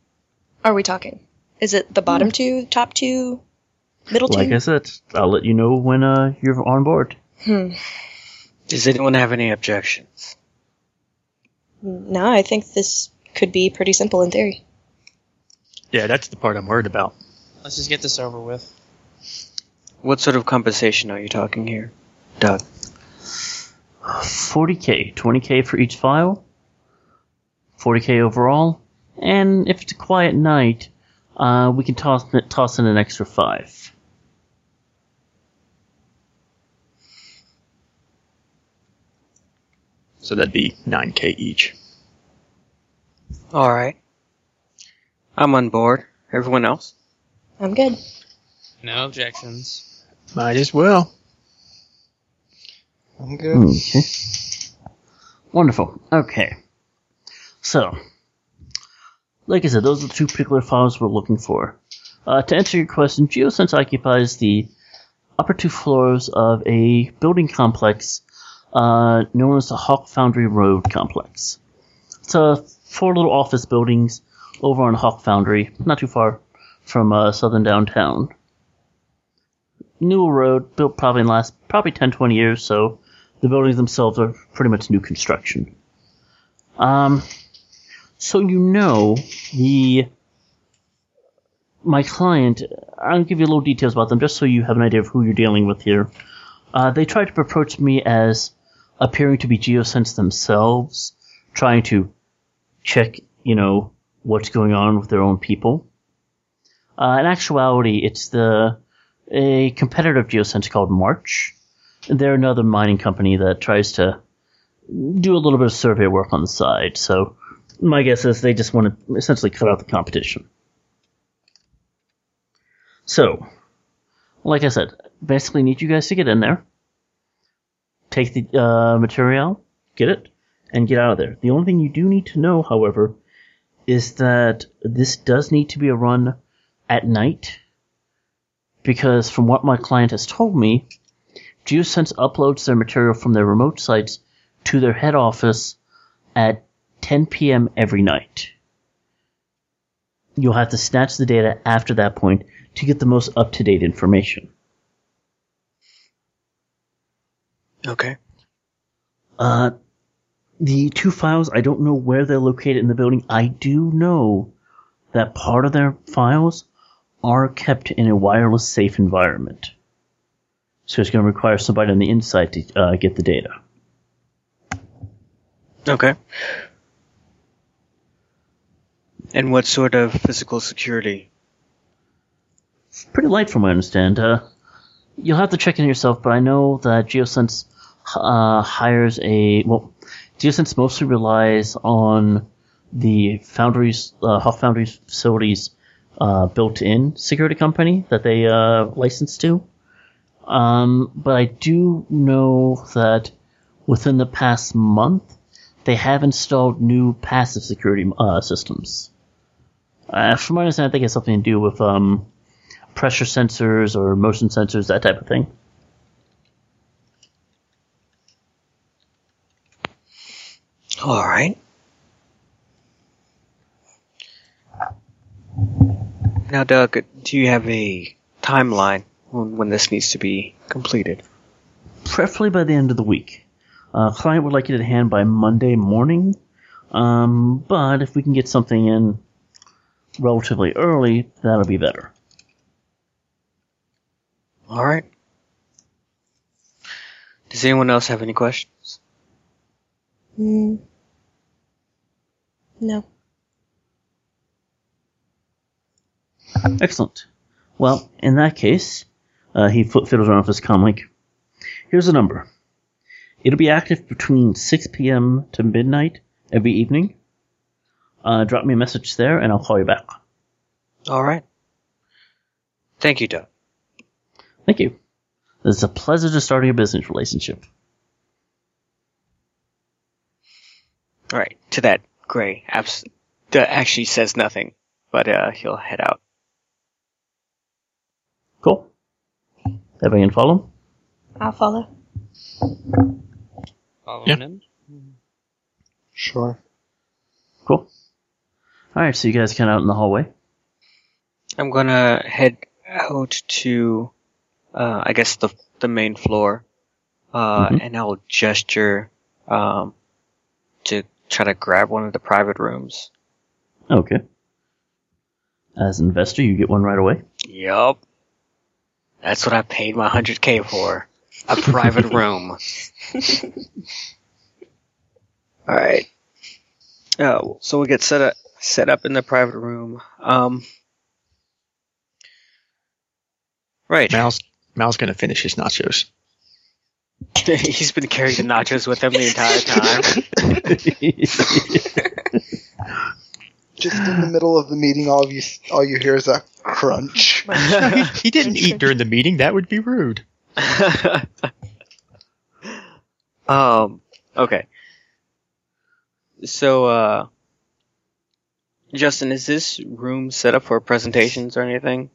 are we talking? Is it the bottom two, top two, middle two? Like I said, I'll let you know when uh, you're on board. Hmm. Does anyone have any objections? No, I think this could be pretty simple in theory. Yeah, that's the part I'm worried about. Let's just get this over with. What sort of compensation are you talking here, Doug? 40k, 20k for each file, 40k overall, and if it's a quiet night, uh, we can toss toss in an extra five. So that'd be 9k each. All right. I'm on board. Everyone else? I'm good. No objections. Might as well. I'm good. Okay. Wonderful. Okay. So, like I said, those are the two particular files we're looking for. Uh, to answer your question, Geosense occupies the upper two floors of a building complex uh, known as the Hawk Foundry Road Complex. It's uh, four little office buildings over on Hawk Foundry, not too far from uh, southern downtown. New road, built probably in the last probably 10, 20 years, so the buildings themselves are pretty much new construction. Um, so you know the my client. I'll give you a little details about them just so you have an idea of who you're dealing with here. Uh, they tried to approach me as appearing to be geosense themselves, trying to check, you know, what's going on with their own people. Uh, in actuality, it's the a competitor of geosense called March. They're another mining company that tries to do a little bit of survey work on the side. So my guess is they just want to essentially cut out the competition. So, like I said, basically need you guys to get in there, take the uh, material, get it, and get out of there. The only thing you do need to know, however, is that this does need to be a run at night, because from what my client has told me, GeoSense uploads their material from their remote sites to their head office at 10 p.m. every night. You'll have to snatch the data after that point to get the most up to date information. Okay. Uh, the two files, I don't know where they're located in the building. I do know that part of their files are kept in a wireless safe environment. So it's going to require somebody on the inside to uh, get the data. Okay. And what sort of physical security? It's pretty light from what I understand. Uh, you'll have to check in yourself, but I know that Geosense uh, hires a. Well, Geosense mostly relies on the Foundries, uh, Huff Foundries facilities uh, built in security company that they uh, license to. Um, but I do know that within the past month, they have installed new passive security uh, systems. Uh, from my understanding, I think it has something to do with um, pressure sensors or motion sensors, that type of thing. All right. Now, Doug, do you have a timeline on when this needs to be completed? Preferably by the end of the week. Uh, client would like it at hand by Monday morning, um, but if we can get something in relatively early, that'll be better. All right. Does anyone else have any questions? Mm. No. Excellent. Well, in that case, uh, he fi- fiddles around with his comlink. Here's a number. It'll be active between 6 p.m. to midnight every evening. Uh, drop me a message there, and I'll call you back. All right. Thank you, Doug. Thank you. It's a pleasure to start a business relationship. All right. To that gray, abs- that actually says nothing, but uh, he'll head out. Cool. Everybody can follow? I'll follow. Following Yeah. him. Sure. Cool. All right, so you guys kind of out in the hallway. I'm gonna head out to, uh, I guess the the main floor, uh, Mhm. and I'll gesture, um, to try to grab one of the private rooms. Okay. As an investor, you get one right away. Yup. That's what I paid my 100k for. A private room. Alright. Oh, so we get set up, set up in the private room. Um, right. Mal's Mal's gonna finish his nachos. He's been carrying the nachos with him the entire time. Just in the middle of the meeting, all of you, all you hear is a crunch. he, he didn't eat during the meeting. That would be rude. um. Okay. So, uh, Justin, is this room set up for presentations or anything?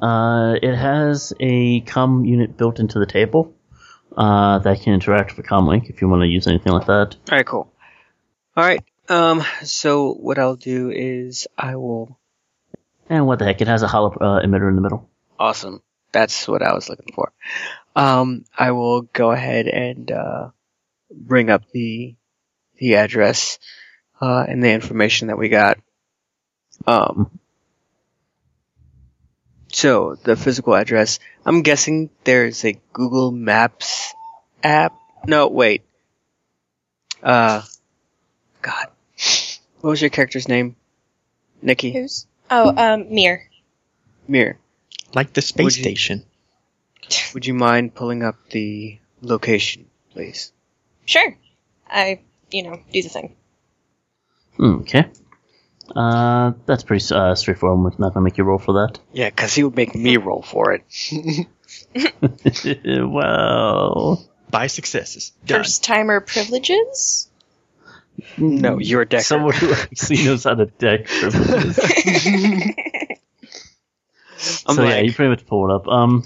Uh, it has a com unit built into the table uh, that can interact with a com link if you want to use anything like that. All right, cool. All right. Um. So what I'll do is I will. And what the heck, it has a hollow uh, emitter in the middle. Awesome. That's what I was looking for. Um. I will go ahead and uh, bring up the the address uh, and the information that we got. Um. So the physical address. I'm guessing there's a Google Maps app No, wait. Uh, God, what was your character's name? Nikki Who's? Oh, um, Mir. Mir. Like the space Would you- station. Would you mind pulling up the location, please? Sure. I, you know, do the thing. Hmm, Okay. Uh, that's pretty uh, straightforward. I'm not gonna make you roll for Yeah, because he would make me roll for it. that. wow. By successes. Done. First timer privileges? No, you're a decker. Someone who actually knows how to deck privileges. I'm so yeah, like- you pretty much pull it up. Um,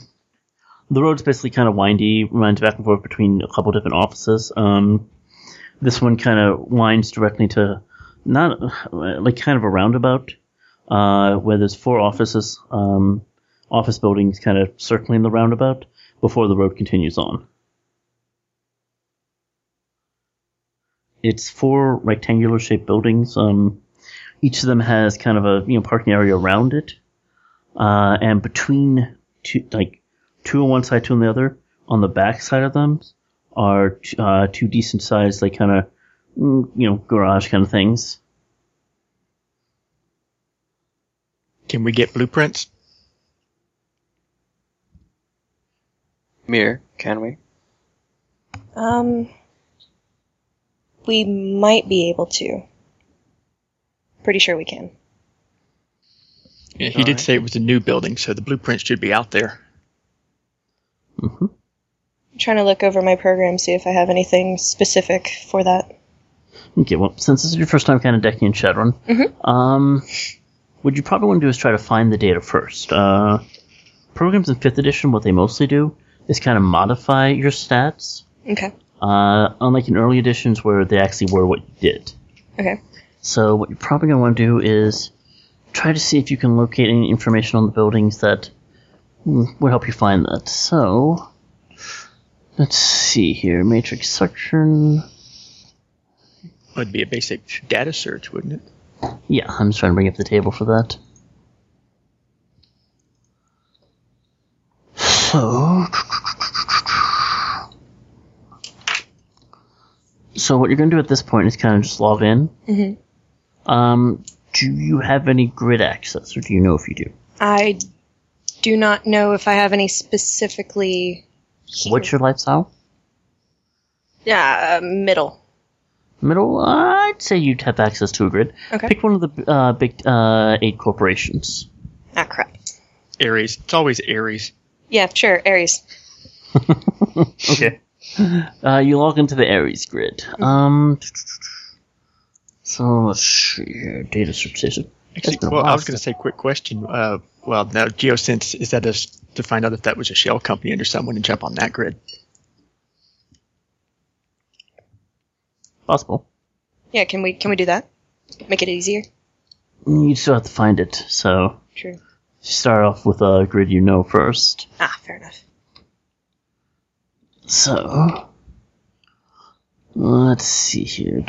the road's basically kind of windy, runs back and forth between a couple different offices. Um, this one kind of winds directly to not like kind of a roundabout, uh, where there's four offices, um, office buildings kind of circling the roundabout before the road continues on. It's four rectangular shaped buildings. Um, each of them has kind of a you know parking area around it uh, and between two, like two on one side, two on the other, on the back side of them are uh, two decent sized, like kind of, you know, garage kind of things. Can we get blueprints? Mir, can we? Um, we might be able to. Pretty sure we can. Yeah, he did Alright. say it was a new building, so the blueprints should be out there. hmm I'm trying to look over my program, see if I have anything specific for that. Okay, well, since this is your first time kind of decking in Shadowrun, um, what you probably want to do is try to find the data first. Uh, programs in 5th edition, what they mostly do is kind of modify your stats, Okay. uh, unlike in early editions where they actually were what you did. Okay. So what you're probably going to want to do is try to see if you can locate any information on the buildings that mm, would help you find that. So let's see here, matrix section. Would be a basic data search, wouldn't it? Yeah, I'm just trying to bring up the table for that. So, so what you're going to do at this point is kind of just log in. Mhm. Um, do you have any grid access, or do you know if you do? I do not know if I have any specifically. What's your lifestyle? Yeah, uh, middle. Middle, I'd say you'd have access to a grid. Okay. Pick one of the uh, big uh, eight corporations. Ah, crap. Aries. It's always Aries. Yeah, sure, Aries. Okay. Uh, you log into the Ares grid. Mm-hmm. Um, so let's see here. Data search station. Actually, It's been a well, I while was going to say, quick question. Uh, well, now Geosense is that a, s- to find out if that was a shell company under someone and jump on that grid? Possible. Yeah, can we can we do that? Make it easier. You still have to find it, so True. start off with a grid you know first. Ah, fair enough. So, let's see here.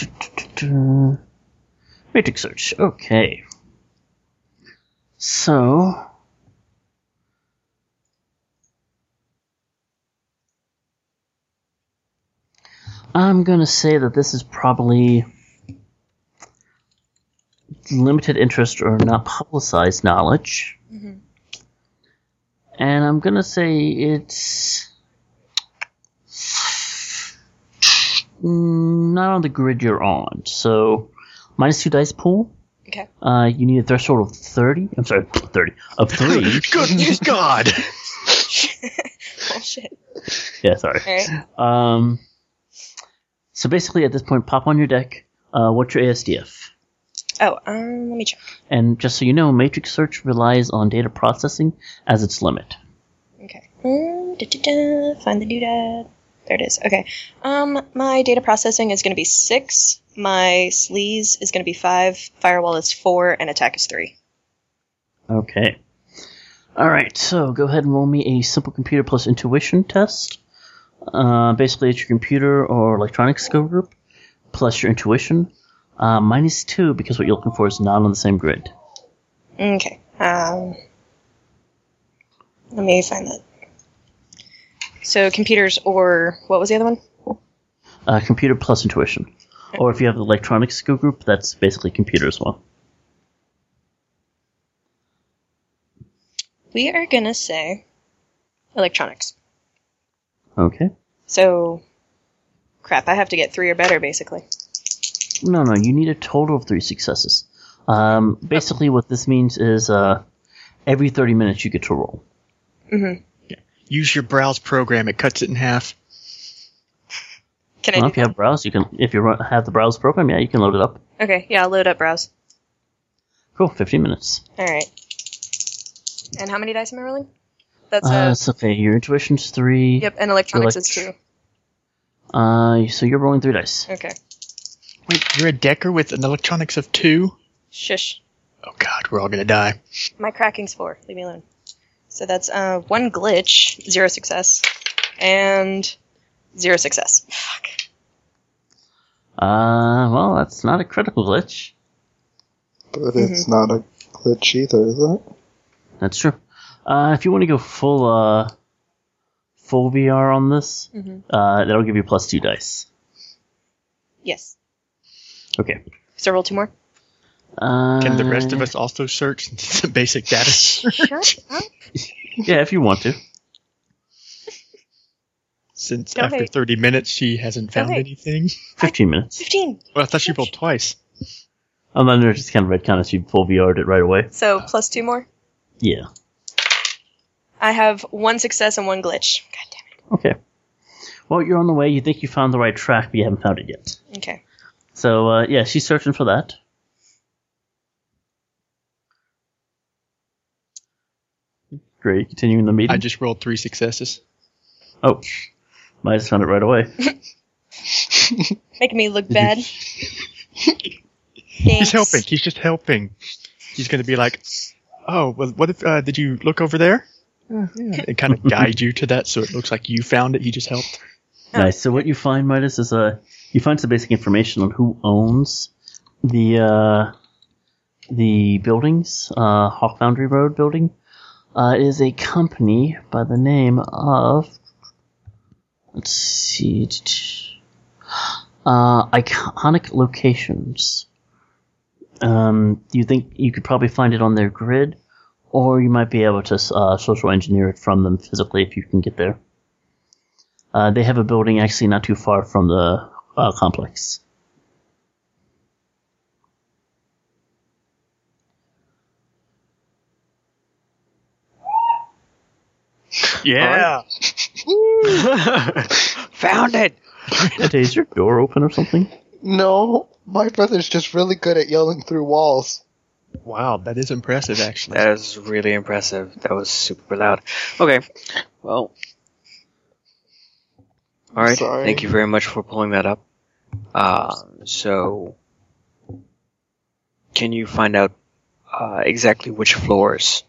Matrix search. Okay. So, I'm gonna say that this is probably limited interest or not publicized knowledge. And I'm gonna say it's Mm, not on the grid you're on. So, minus two dice pool. Okay. Uh, you need a threshold of thirty. I'm sorry, thirty of three. Good God! Bullshit. yeah, sorry. All right. Um, so basically, at this point, pop on your deck. Uh, what's your ASDF? Oh, um, let me check. And just so you know, matrix search relies on data processing as its limit. Okay. Um, da-da-da, find the doodad. There it is. Okay. Um, my data processing is going to be six. My sleaze is going to be five. Firewall is four, and attack is three. Okay. All right. So go ahead and roll me a simple computer plus intuition test. Uh, basically, it's your computer or electronics skill group plus your intuition uh, minus two because what you're looking for is not on the same grid. Okay. Um, let me find that. So computers or what was the other one? uh, computer plus intuition. Or if you have the electronic skill group, that's basically computer as well. We are gonna say electronics. Okay. So, crap, I have to get three or better, basically. No, no, you need a total of three successes. Um, basically, what this means is uh, every 30 minutes you get to roll. Use your browse program. It cuts it in half. Can I Well, do if you have browse, you can. If you run- have the browse program, yeah, you can load it up. that? Okay, yeah, I'll load up browse. Cool, 15 minutes. All right. And how many dice am I rolling? That's Uh, a so, okay, your intuition's three. yep, and electronics is two. elect- Uh, so you're rolling three dice. Okay. Wait, you're a decker with an electronics of two? Shush. Oh god, we're all gonna die. My cracking's four. Leave me alone. So that's uh, one glitch, zero success, and zero success. Fuck. Uh, well, that's not a critical glitch. But it's not a glitch either, is it? That's true. Uh, if you want to go full uh, full VR on this, Mm-hmm. uh, that'll give you plus two dice. Yes. Okay. So roll two more. Uh, Can the rest of us also search some basic data? Shut up. Yeah, if you want to. Since Go after ahead. 30 minutes she hasn't found ahead. anything. Fifteen minutes. Fifteen. Well, I thought she rolled twice. I'm not know, just kind of redcon if you full VR'd it right away. So plus two more. Yeah. I have one success and one glitch. God Okay. Well, you're on the way. You think you found the right track, but you haven't found it yet. damn it. Okay. So uh, yeah, she's searching for that. Great. Continuing the meeting. I just rolled three successes. oh, might have found it right away. Making me look bad. Thanks. He's helping. He's just helping. He's going to be like, oh, well, what if, uh, did you look over there? Uh, yeah. And kind of guide you to that so it looks like you found it. He just helped. Nice. So what you find, Midas, is uh, you find some basic information on who owns the uh, the buildings, uh, Hawk Foundry Road building. Uh, it is a company by the name of let's see, uh, Iconic Locations. Um, you think you could probably find it on their grid, or you might be able to uh, social engineer it from them physically if you can get there. Uh, they have a building actually not too far from the uh, complex. Yeah. Found it. Is your door open or something? No, my brother's just really good at yelling through walls. Wow, that is impressive, actually. That is really impressive. That was super loud. Okay. Well. All right. Sorry. Thank you very much for pulling that up. Uh, so, can you find out uh, exactly which floors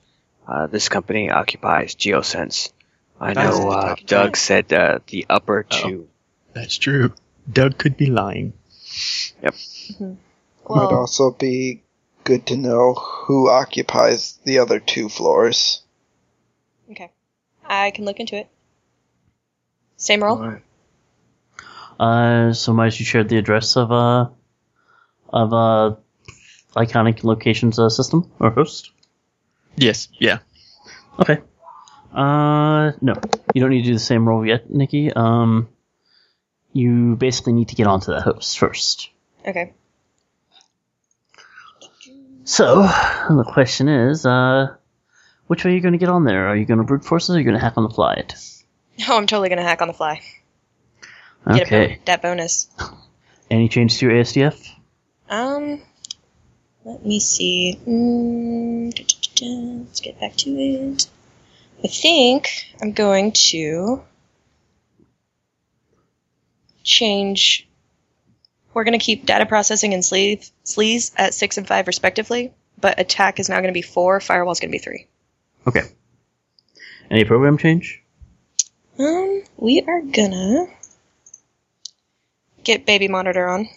uh, this company occupies? Geosense. I know uh, Doug said uh, the upper two. That's true. Doug could be lying. Would Well, also be good to know who occupies the other two floors. okay. I can look into it. Same roll. Alright. Uh, so Midas, you shared the address of uh of uh iconic locations uh, system or host. Yes. Yeah. Okay. Uh, no, you don't need to do the same role yet, Nikki. Um, you basically need to get onto that host first. Okay. So the question is, uh, which way are you going to get on there? Are you going to brute force it, or are you going to hack on the fly it? Oh, I'm totally gonna hack on the fly. Get a Okay. bon- that bonus. Any change to your ASDF? Um, let me see. Mm, da, da, da, da. Let's get back to it. I think I'm going to change. We're going to keep data processing and sleeve, sleaze at six and five respectively, but attack is now going to be four. Firewall's going to be three. Okay. Any program change? Um, we are gonna get baby monitor on,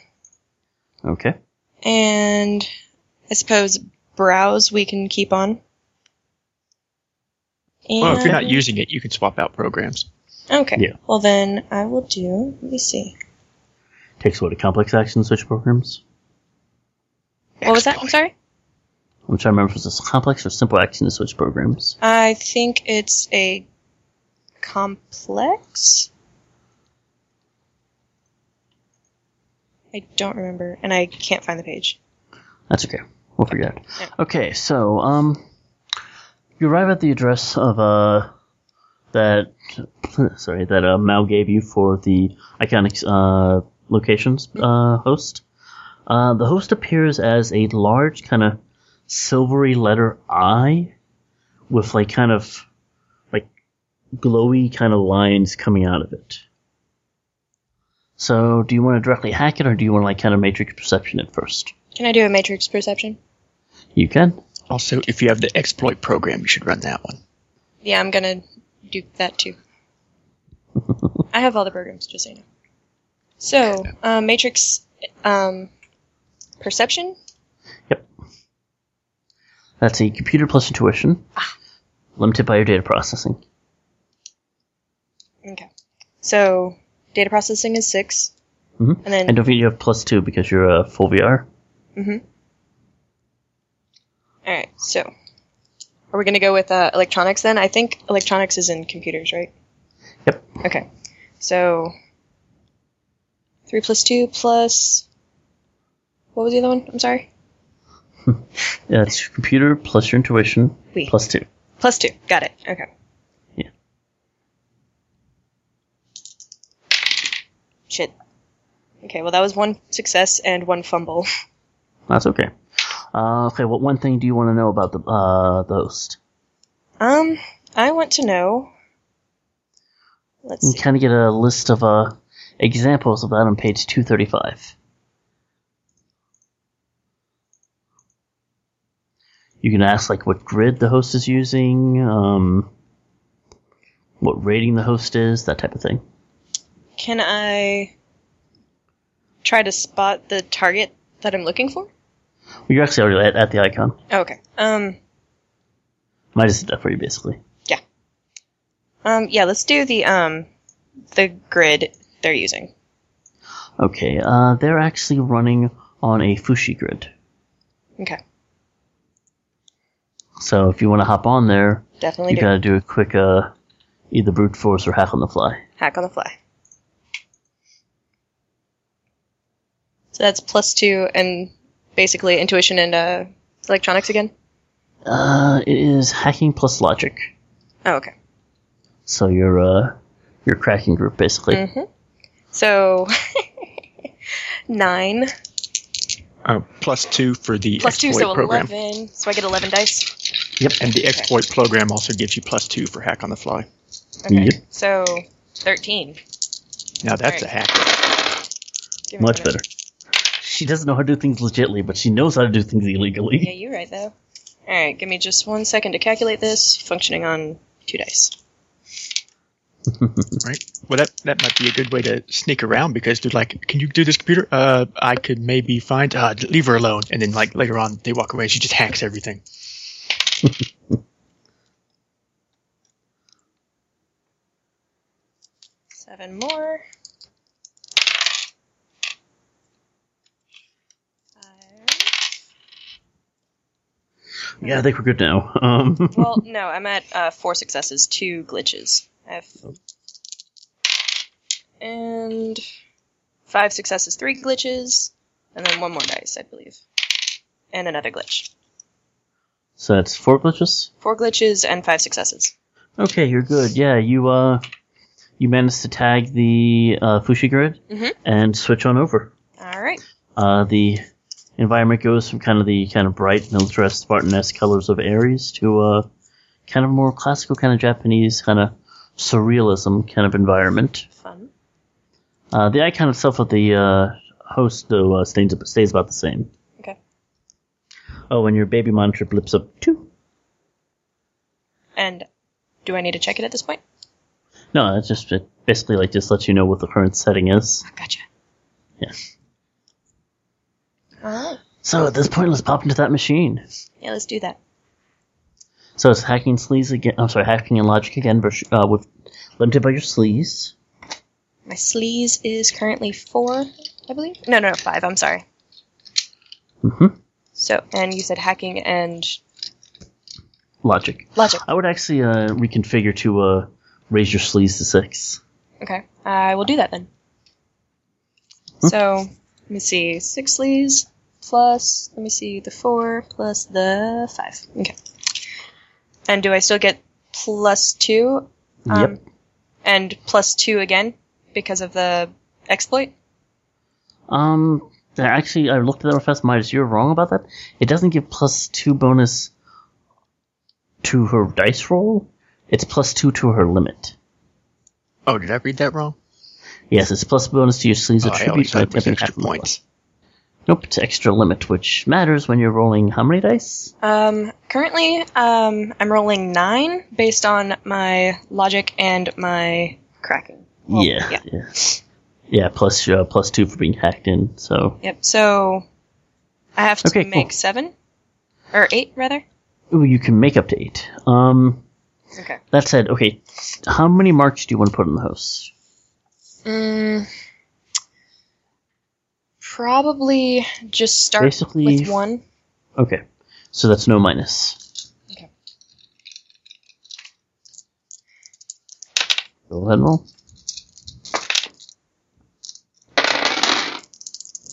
Okay. and I suppose browse we can keep on. And Well, if you're not using it, you can swap out programs. Okay. Yeah. Well, then I will do. Let me see. Takes away the complex action switch programs. What was that? I'm sorry. I'm trying to remember if it's a complex or simple action to switch programs. I think it's a complex. I don't remember, and I can't find the page. That's okay. We'll figure it out. Okay, so um, you arrive at the address of uh that sorry that uh, Mao gave you for the iconic uh locations uh host. Uh, the host appears as a large kind of silvery letter I, with like kind of like glowy kind of lines coming out of it. So, do you want to directly hack it, or do you want to like kind of matrix perception it first? Can I do a matrix perception? You can. Also, if you have the exploit program, you should run that one. Yeah, I'm gonna do that too. I have all the programs, just so you know. So, uh, matrix um, perception. That's a computer plus intuition, limited by your data processing. Okay. So, data processing is six. hmm And then- and don't forget you have plus two because you're a full VR. Mm-hmm. All right. So, are we gonna go with uh, electronics then? I think electronics is in computers, right? Yep. Okay. So, three plus two plus what was the other one? I'm sorry. Yeah, it's your computer plus your intuition We. plus two. Plus two. Got it. Okay. Yeah. Shit. Okay, well, that was one success and one fumble. That's okay. Uh, okay, what one thing do you want to know about the uh, the host? Um, I want to know. Let's You see. kind of get a list of uh, examples of that on page 235. You can ask like what grid the host is using, um, what rating the host is, that type of thing. Can I try to spot the target that I'm looking for? Well, you're actually already at, at the icon. Oh, okay. Um, I just did that for you basically. um, yeah, let's do the, um, the grid they're using. Okay, uh, they're actually running on a Fushi grid. Okay. So if you want to hop on there, Definitely you do. gotta do a quick uh, either brute force or hack on the fly. Hack on the fly. So that's plus two and basically intuition and uh, electronics again. Uh, it is hacking plus logic. Oh, okay. So your uh your cracking group basically. Mm-hmm. So nine Oh, plus two for the plus two, exploit so program. eleven. So I get eleven dice. Yep, and the exploit program also gives you plus two for hack on the fly. Okay. Yep. So thirteen. Now Right. that's a hack. Give me Much a minute. better. She doesn't know how to do things legitly, but she knows how to do things illegally. Yeah, you're right though. All right, give me just one second to calculate this. Functioning on two dice. Right. Well, that that might be a good way to sneak around because they're like, "Can you do this computer? Uh, I could maybe find. Uh, leave her alone." And then like later on, they walk away. She just hacks everything. Seven more. Five. Yeah, I think we're good now. Um, Well, no, I'm at uh, four successes, two glitches. I have. And five successes, three glitches, and then one more dice, I believe. And another glitch. so that's four glitches. Four glitches and five successes. Okay, you're good. Yeah, you uh you managed to tag the uh, Fushi grid Mhm. and switch on over. Alright. Uh, the environment goes from kind of the kind of bright, militarized, Spartan-esque colors of Ares to uh, kind of more classical, kind of Japanese, kind of surrealism kind of environment. Fun. Uh, the icon itself of the uh, host, though, uh, stays, stays about the same. Okay. Oh, and your baby monitor blips up too. And do I need to check it at this point? No, it's just it basically like just lets you know what the current setting is. Ah, Gotcha. Yeah. Alright. So at this point, let's pop into that machine. Ah, Yeah, let's do that. So it's hacking sleaze again. I'm sorry, hacking and logic again, vers- uh, with limited by your sleaze. My sleaze is currently four. I believe. No, no, no, five. I'm sorry. Mhm. So, and you said hacking and Logic. logic. I would actually uh, reconfigure to uh, raise your sleeves to six. Okay, I will do that then. So, let me see. Six leaves plus, let me see, the four plus the five. Okay. And do I still get plus two? Um, yep. And plus two again because of the exploit? Um, actually, I looked at that fast. Midas, you're wrong about that. It doesn't give plus two bonus to her dice roll. It's plus two to her limit. Oh, did I read that wrong? Yes, it's plus bonus to your sleeves. Oh, I always attribute thought it by was tipping extra half the points. level. Nope, it's extra limit, which matters when you're rolling how many dice? Um, currently, um, I'm rolling nine based on my logic and my cracking. Well, yeah, yeah. yeah, yeah. Plus, uh, plus two for being hacked in. So Yep. So, I have to Okay, make cool. seven? Or eight, rather? Ooh, you can make up to eight. Um, Okay. that said, okay, how many marks do you want to put on the host? Mm, probably just start Basically- with one. Okay, so that's no minus. Okay. Go ahead and roll.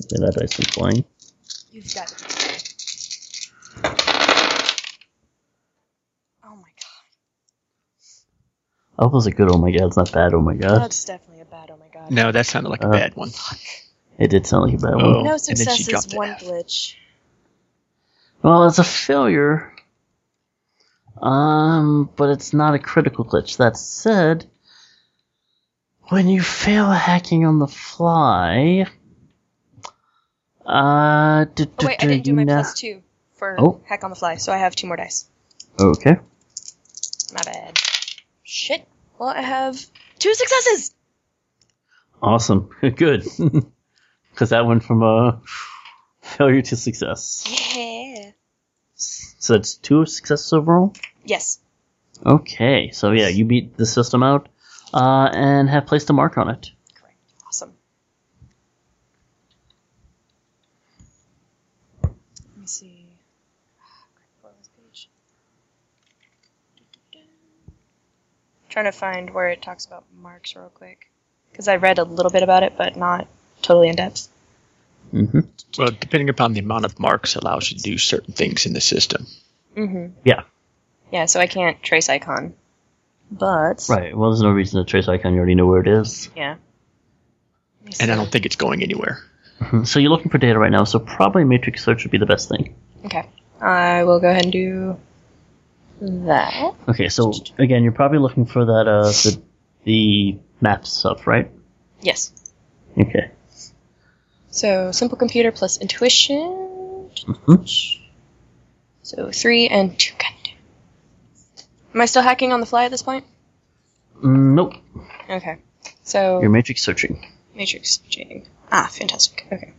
Okay, that dice went flying. You've got it. Oh my god. Oh, those are good. Oh my god, it's not bad. Oh my god, That's definitely a bad oh my god. No, that sounded like a Uh, bad one. it did sound like a bad one. Oh, No and then she successes, dropped the one F. glitch. Well, it's a failure. Um, but it's not a critical glitch. That said, when you fail hacking on the fly, uh, d- d- Oh wait, I d- didn't do my you na- plus two for Oh. hack on the fly, so I have two more dice. Okay, My bad. Shit. Well, I have two successes. awesome, good, because that went from a failure to success. Yeah. So that's two successes overall. Yes. Okay, so yeah, you beat the system out, uh, and have placed a mark on it. Awesome. Let me see. What was the page? Trying to find where it talks about marks real quick. Because I read a little bit about it, but not totally in depth. Mm-hmm. Well, depending upon the amount of marks, allows you to do certain things in the system. Mm-hmm. Yeah. Yeah, so I can't trace icon. But. Right. Well, there's no reason to trace icon. You already know where it is. Yeah. Let me And I see. don't think it's going anywhere. So you're looking for data right now, so probably matrix search would be the best thing. Okay. I will go ahead and do that. Okay, so again, you're probably looking for that uh the the map stuff, right? Yes. Okay. So simple computer plus intuition. Mm-hmm. So three and two. God damn. Am I still hacking on the fly at this point? Mm, nope. Okay. You're So matrix searching. matrix cheating. Ah, fantastic. Okay.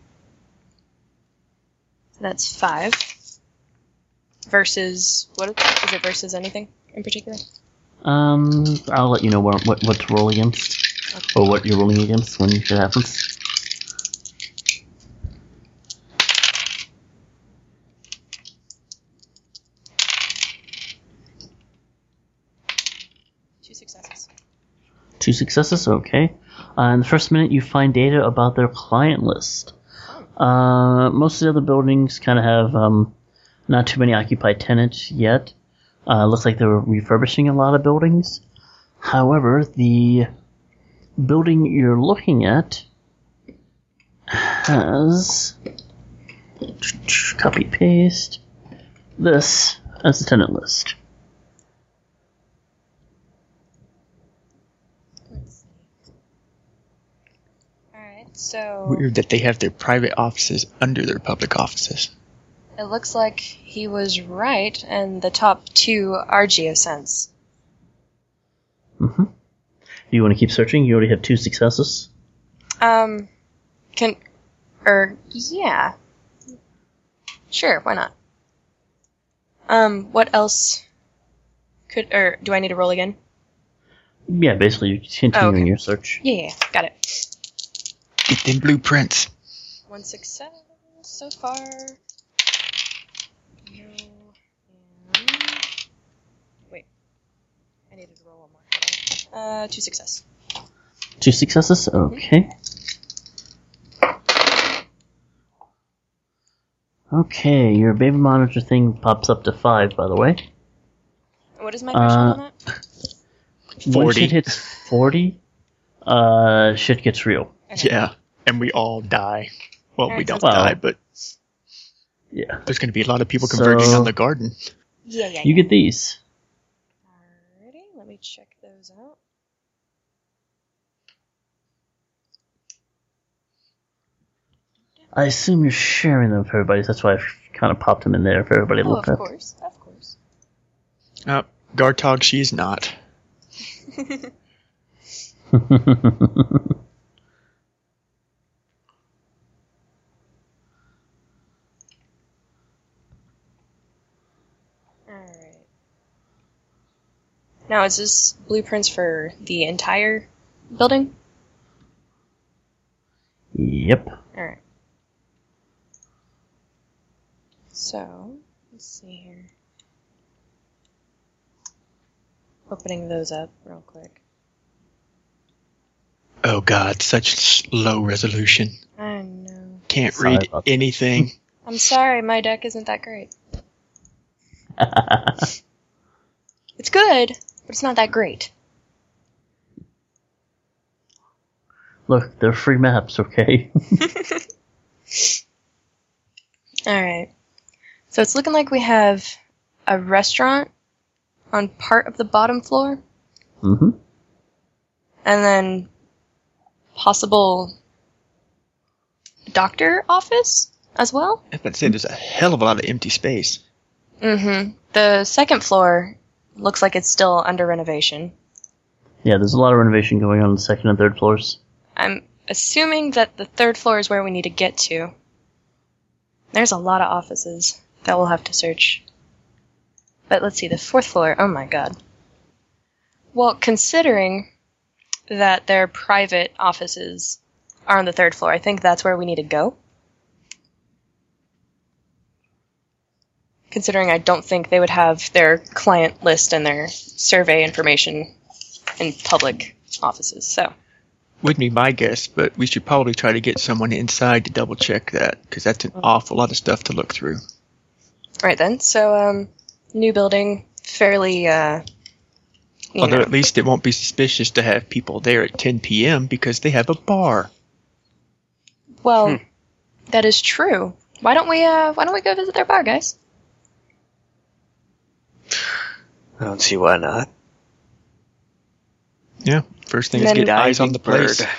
So that's five. Versus what is is it versus anything in particular? Um, I'll let you know what what, what to roll against, or what you're rolling against when it happens. Two successes. Two successes, okay. Uh, in the first minute, you find data about their client list. Uh, most of the other buildings kind of have um, not too many occupied tenants yet. Uh, looks like they're refurbishing a lot of buildings. However, the building you're looking at has copy paste this as the tenant list. Let's see. Alright, so Weird that they have their private offices under their public offices. it looks like he was right, and the top two are geosens. Do Mm-hmm. you want to keep searching? You already have two successes. Um, can, or yeah, sure, why not? Um, what else could or do I need to roll again? Yeah, basically, you're continuing Oh, okay. your search. Yeah, yeah, yeah, got it. Get them blueprints. One six seven so far. No. And... Wait. I needed to roll one more. Hold on. Uh, two success. Two successes? Mm-hmm. Okay. Okay, your baby monitor thing pops up to five, by the way. And What is my threshold on that? Once 40. it hits 40, uh, shit gets real. Okay. Yeah, and we all die. Well, we Alright, don't sounds good. die, but Yeah. there's going to be a lot of people converging So- on the garden. Yeah, yeah, You yeah. get these. Alrighty, let me check those out. I assume you're sharing them with everybody, so that's why I kind of popped them in there for everybody to Oh, look of at. course, of course. Uh, Gartog, she's not. Alright. Now, is this blueprints for the entire building? yep. Alright. So, let's see here. Opening those up real quick. Oh God, such s- low resolution. I know. Can't Sorry read about that. anything. I'm sorry, my deck isn't that great. It's good, but it's not that great. look, they're free maps, okay? Alright. So it's looking like we have a restaurant on part of the bottom floor. mm-hmm. and then possible doctor office as well. I was saying there's a hell of a lot of empty space. Mm-hmm. The second floor looks like it's still under renovation. Yeah, there's a lot of renovation going on on the second and third floors. I'm assuming that the third floor is where we need to get to. There's a lot of offices that we'll have to search. But let's see, the fourth floor. Oh my god. Well, considering that their private offices are on the third floor, I think that's where we need to go. Considering I don't think they would have their client list and their survey information in public offices, so. Would be my guess, but we should probably try to get someone inside to double check that because that's an awful lot of stuff to look through. Right then. So, um, new building, fairly, uh, you Although know. at least it won't be suspicious to have people there at 10 p.m. because they have a bar. well, that is true. Why don't we, uh, why don't we go visit their bar, guys? I don't see uh, why not. Yeah, first thing is Then- get eyes on Diving the place. bird.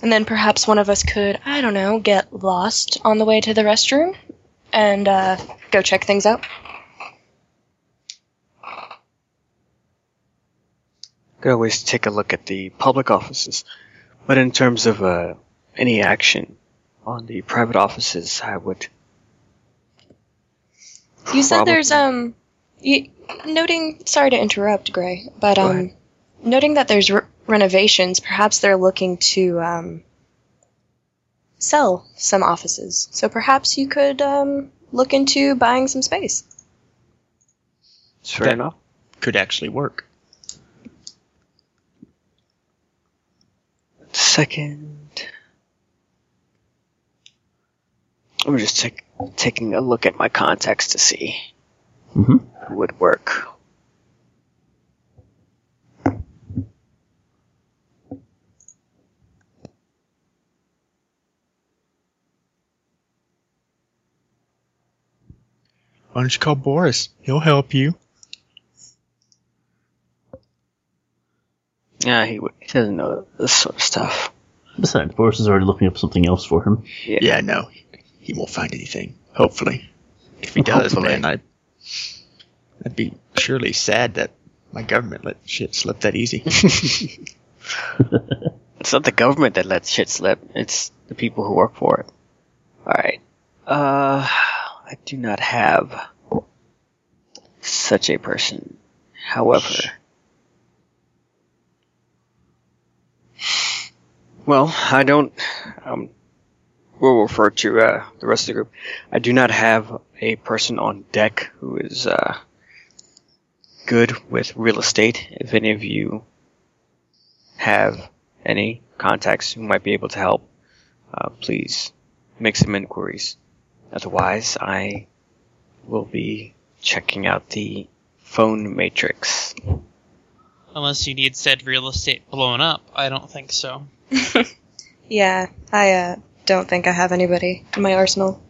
And then perhaps one of us could, I don't know, get lost on the way to the restroom and, uh, go check things out. Could always take a look at the public offices. But in terms of uh, any action on the private offices, I would. You said probably- there's, um, you, noting, sorry to interrupt, Gray, but, Go um, noting that there's re- renovations, perhaps they're looking to, um, sell some offices. So perhaps you could, um, look into buying some space. Fair That- enough. Could actually work. Second. I'm just take, taking a look at my contacts to see Mm-hmm. who would work. Why don't you call Boris? He'll help you. Yeah, he, would, he doesn't know this sort of stuff. Besides, Boris is already looking up something else for him. Yeah. Yeah, no, he won't find anything. Hopefully, if he does, Hopefully. man, I, I'd be surely sad that my government let shit slip that easy. It's not the government that lets shit slip. It's the people who work for it. All right. Uh, I do not have such a person. However, well, I don't. Um, we'll refer to uh, the rest of the group. I do not have a person on deck who is uh, good with real estate. If any of you have any contacts who might be able to help, uh, please make some inquiries. Otherwise, I will be checking out the phone matrix. Unless you need said real estate blown up, I don't think so. Yeah, I uh, don't think I have anybody in my arsenal.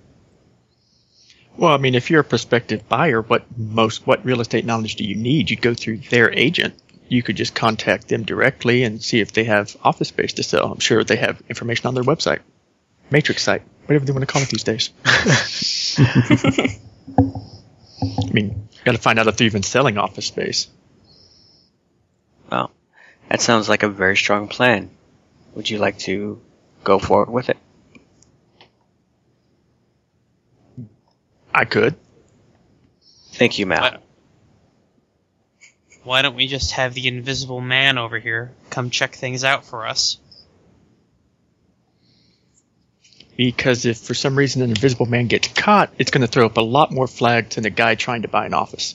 Well, I mean, if you're a prospective buyer, what most what real estate knowledge do you need? You go through their agent. You could just contact them directly and see if they have office space to sell. I'm sure they have information on their website, matrix site, whatever they want to call it these days. I mean, got to find out if they're even selling office space. Well, that sounds like a very strong plan. Would you like to go forward with it? I could. Thank you, Mal. I- Why don't we just have the invisible man over here come check things out for us? because if for some reason an invisible man gets caught, it's going to throw up a lot more flags than a guy trying to buy an office.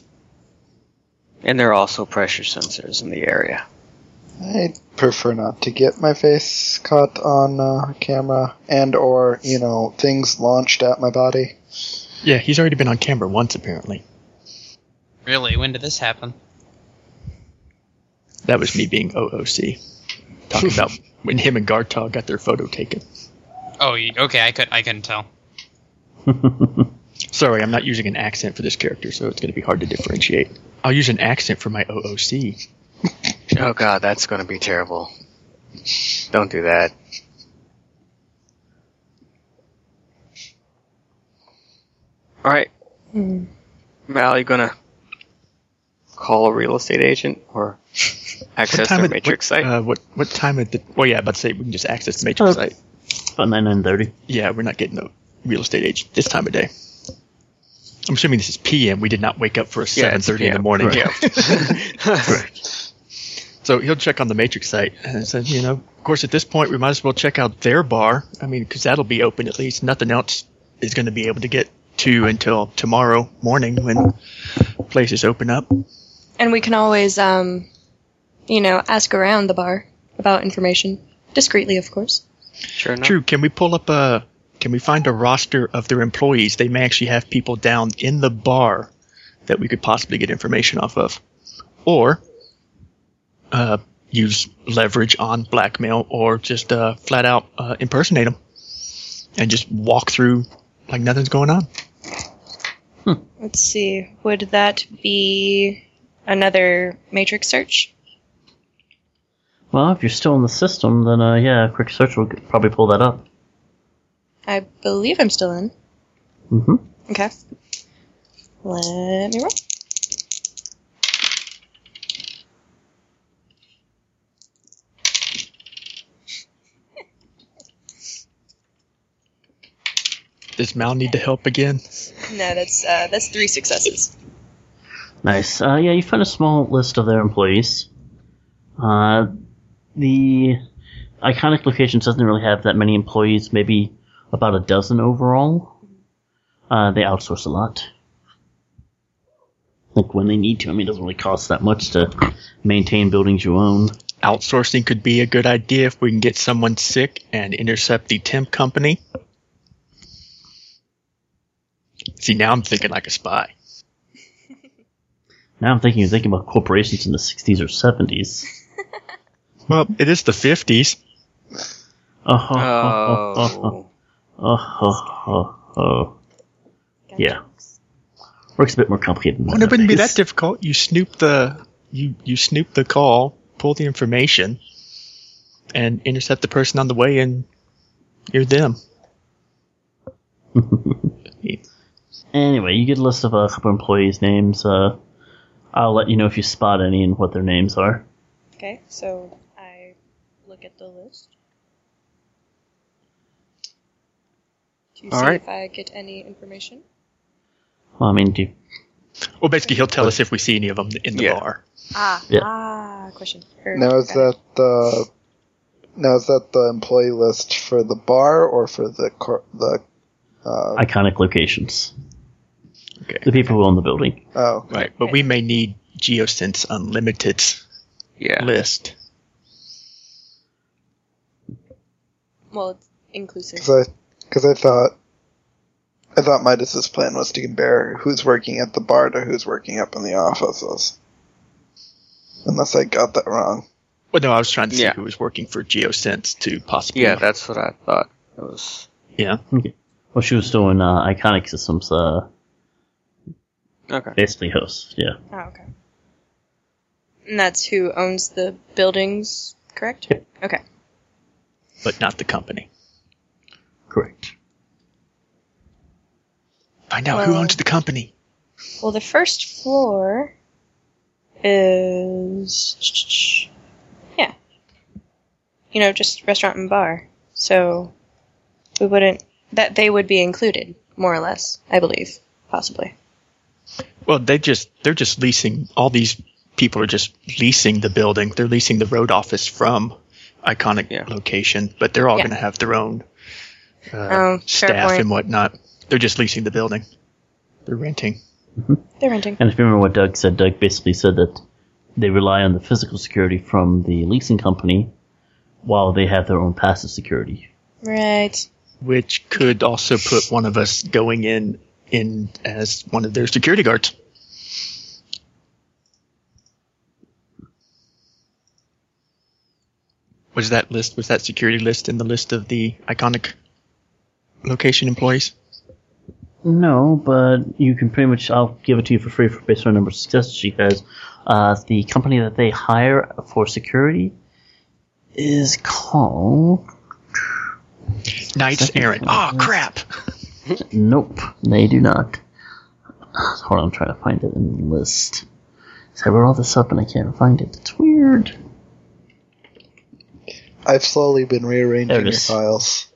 And there are also pressure sensors in the area. I'd prefer not to get my face caught on uh, camera and or, you know, things launched at my body. Yeah, he's already been on camera once apparently. Really, when did this happen? That was me being OOC, talking about when him and Gartog got their photo taken. Oh, you- okay, I could I couldn't tell. Sorry, I'm not using an accent for this character, so it's going to be hard to differentiate. I'll use an accent for my OOC. Oh god, that's gonna be terrible. Don't do that. Alright, Hmm. Mal, you gonna call a real estate agent or access their of- matrix what, site? Uh, what what time of the? Well, yeah, about to say we can just access the matrix Uh, site. About nine nine thirty. Yeah, we're not getting the real estate agent this time of day. I'm assuming this is PM. We did not wake up for a Yeah, seven it's thirty in the PM, morning. Yeah. So he'll check on the Matrix site and said, you know, of course, at this point, we might as well check out their bar. I mean, because that'll be open at least. Nothing else is going to be able to get to until tomorrow morning when places open up. And we can always, um, you know, ask around the bar about information. Discreetly, of course. sure enough. True. Can we pull up a? Can we find a roster of their employees? They may actually have people down in the bar that we could possibly get information off of, or uh, use leverage on blackmail, or just uh, flat out uh, impersonate them and just walk through like nothing's going on. Let's see. Would that be another matrix search? Well, if you're still in the system, then uh, yeah, a quick search will g- probably pull that up. I believe I'm still in. Mm-hmm. Okay. Let me roll. Does Mal need to help again? No, that's uh, that's three successes. Nice. Uh, yeah, you found a small list of their employees. Uh, the iconic locations doesn't really have that many employees, maybe about a dozen overall. Uh, they outsource a lot. Like when they need to. I mean, it doesn't really cost that much to maintain buildings you own. Outsourcing could be a good idea if we can get someone sick and intercept the temp company. See, now I'm thinking like a spy. Now I'm thinking, you're thinking about corporations in the 60s or 70s. Well, it is the 50s. Oh, ho, ho, ho, ho, Oh. oh, ho, ho, ho. Yeah. Works a bit more complicated. than Well, it wouldn't be that nowadays. difficult. You snoop the you you snoop the call, pull the information, and intercept the person on the way, and you're them. Anyway, you get a list of uh, a couple employees' names. Uh, I'll let you know if you spot any and what their names are. Okay, so I look at the list to see Alright. if I get any information. Well, I mean, do you, Well, basically, he'll tell us if we see any of them in the Yeah. bar. Ah, Yeah. uh, ah, question. Or- Now is okay. that the Now is that the employee list for the bar or for the cor- the? Uh, Iconic locations. Okay. The people who own the building. oh, Right, but we may need Geosense Unlimited's Yeah. list. Well, it's inclusive. because I because I thought I thought Midas's plan was to compare who's working at the bar to who's working up in the offices. Unless I got that wrong. Well, no, I was trying to see Yeah. who was working for Geosense to possibly. Yeah, that's what I thought. It was. yeah. Well, she was doing uh, Iconic Systems, uh, Okay. basically hosts. Yeah. Oh, okay. And that's who owns the buildings, correct? Yep. Okay. but not the company. Correct. Find out who Well- owns the company. Well, the first floor is. Yeah. You know, just restaurant and bar. So we wouldn't. That they would be included, more or less, I believe. Possibly. Well, they just they're just leasing all these people are just leasing the building. They're leasing the road office from iconic Yeah. location, but they're all Yeah. going to have their own uh, Um, fair staff point. and whatnot. They're just leasing the building. They're renting. They're renting. And if you remember what Doug said, Doug basically said that they rely on the physical security from the leasing company while they have their own passive security. Right. which could also put one of us going in in as one of their security guards. Was that list was that security list in the list of the iconic location employees? No, but you can pretty much, I'll give it to you for free for based on the number of successes she has. Uh, the company that they hire for security is called. Knights errant. Oh crap. Nope, they do not. Hold on, I'm trying to find it in the list. So I wrote all this up and I can't find it. It's weird. I've slowly been There it rearranging your is. files.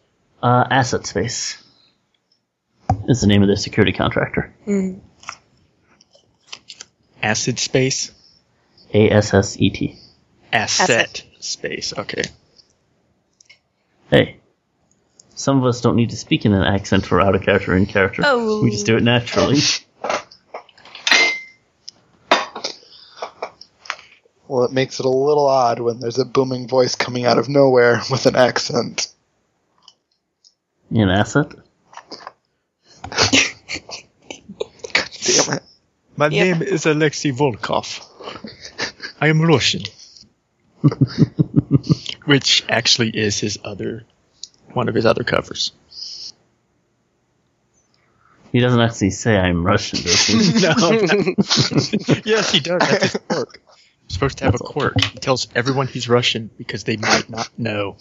Uh, Asset Space is the name of their security contractor. Acid space. A S S E T. Asset, Asset. space. Okay. Hey, some of us don't need to speak in an accent for out of character or in character. Oh. We just do it naturally. Well, it makes it a little odd when there's a booming voice coming out of nowhere with an accent. An asset? Damn it. My Yeah. name is Alexei Volkov. I am Russian. Which actually is his other, one of his other covers. He doesn't actually say I'm Russian, does he? No. yes, he does. That's his quirk. He's supposed to have That's a all. quirk. He tells everyone he's Russian because they might not know.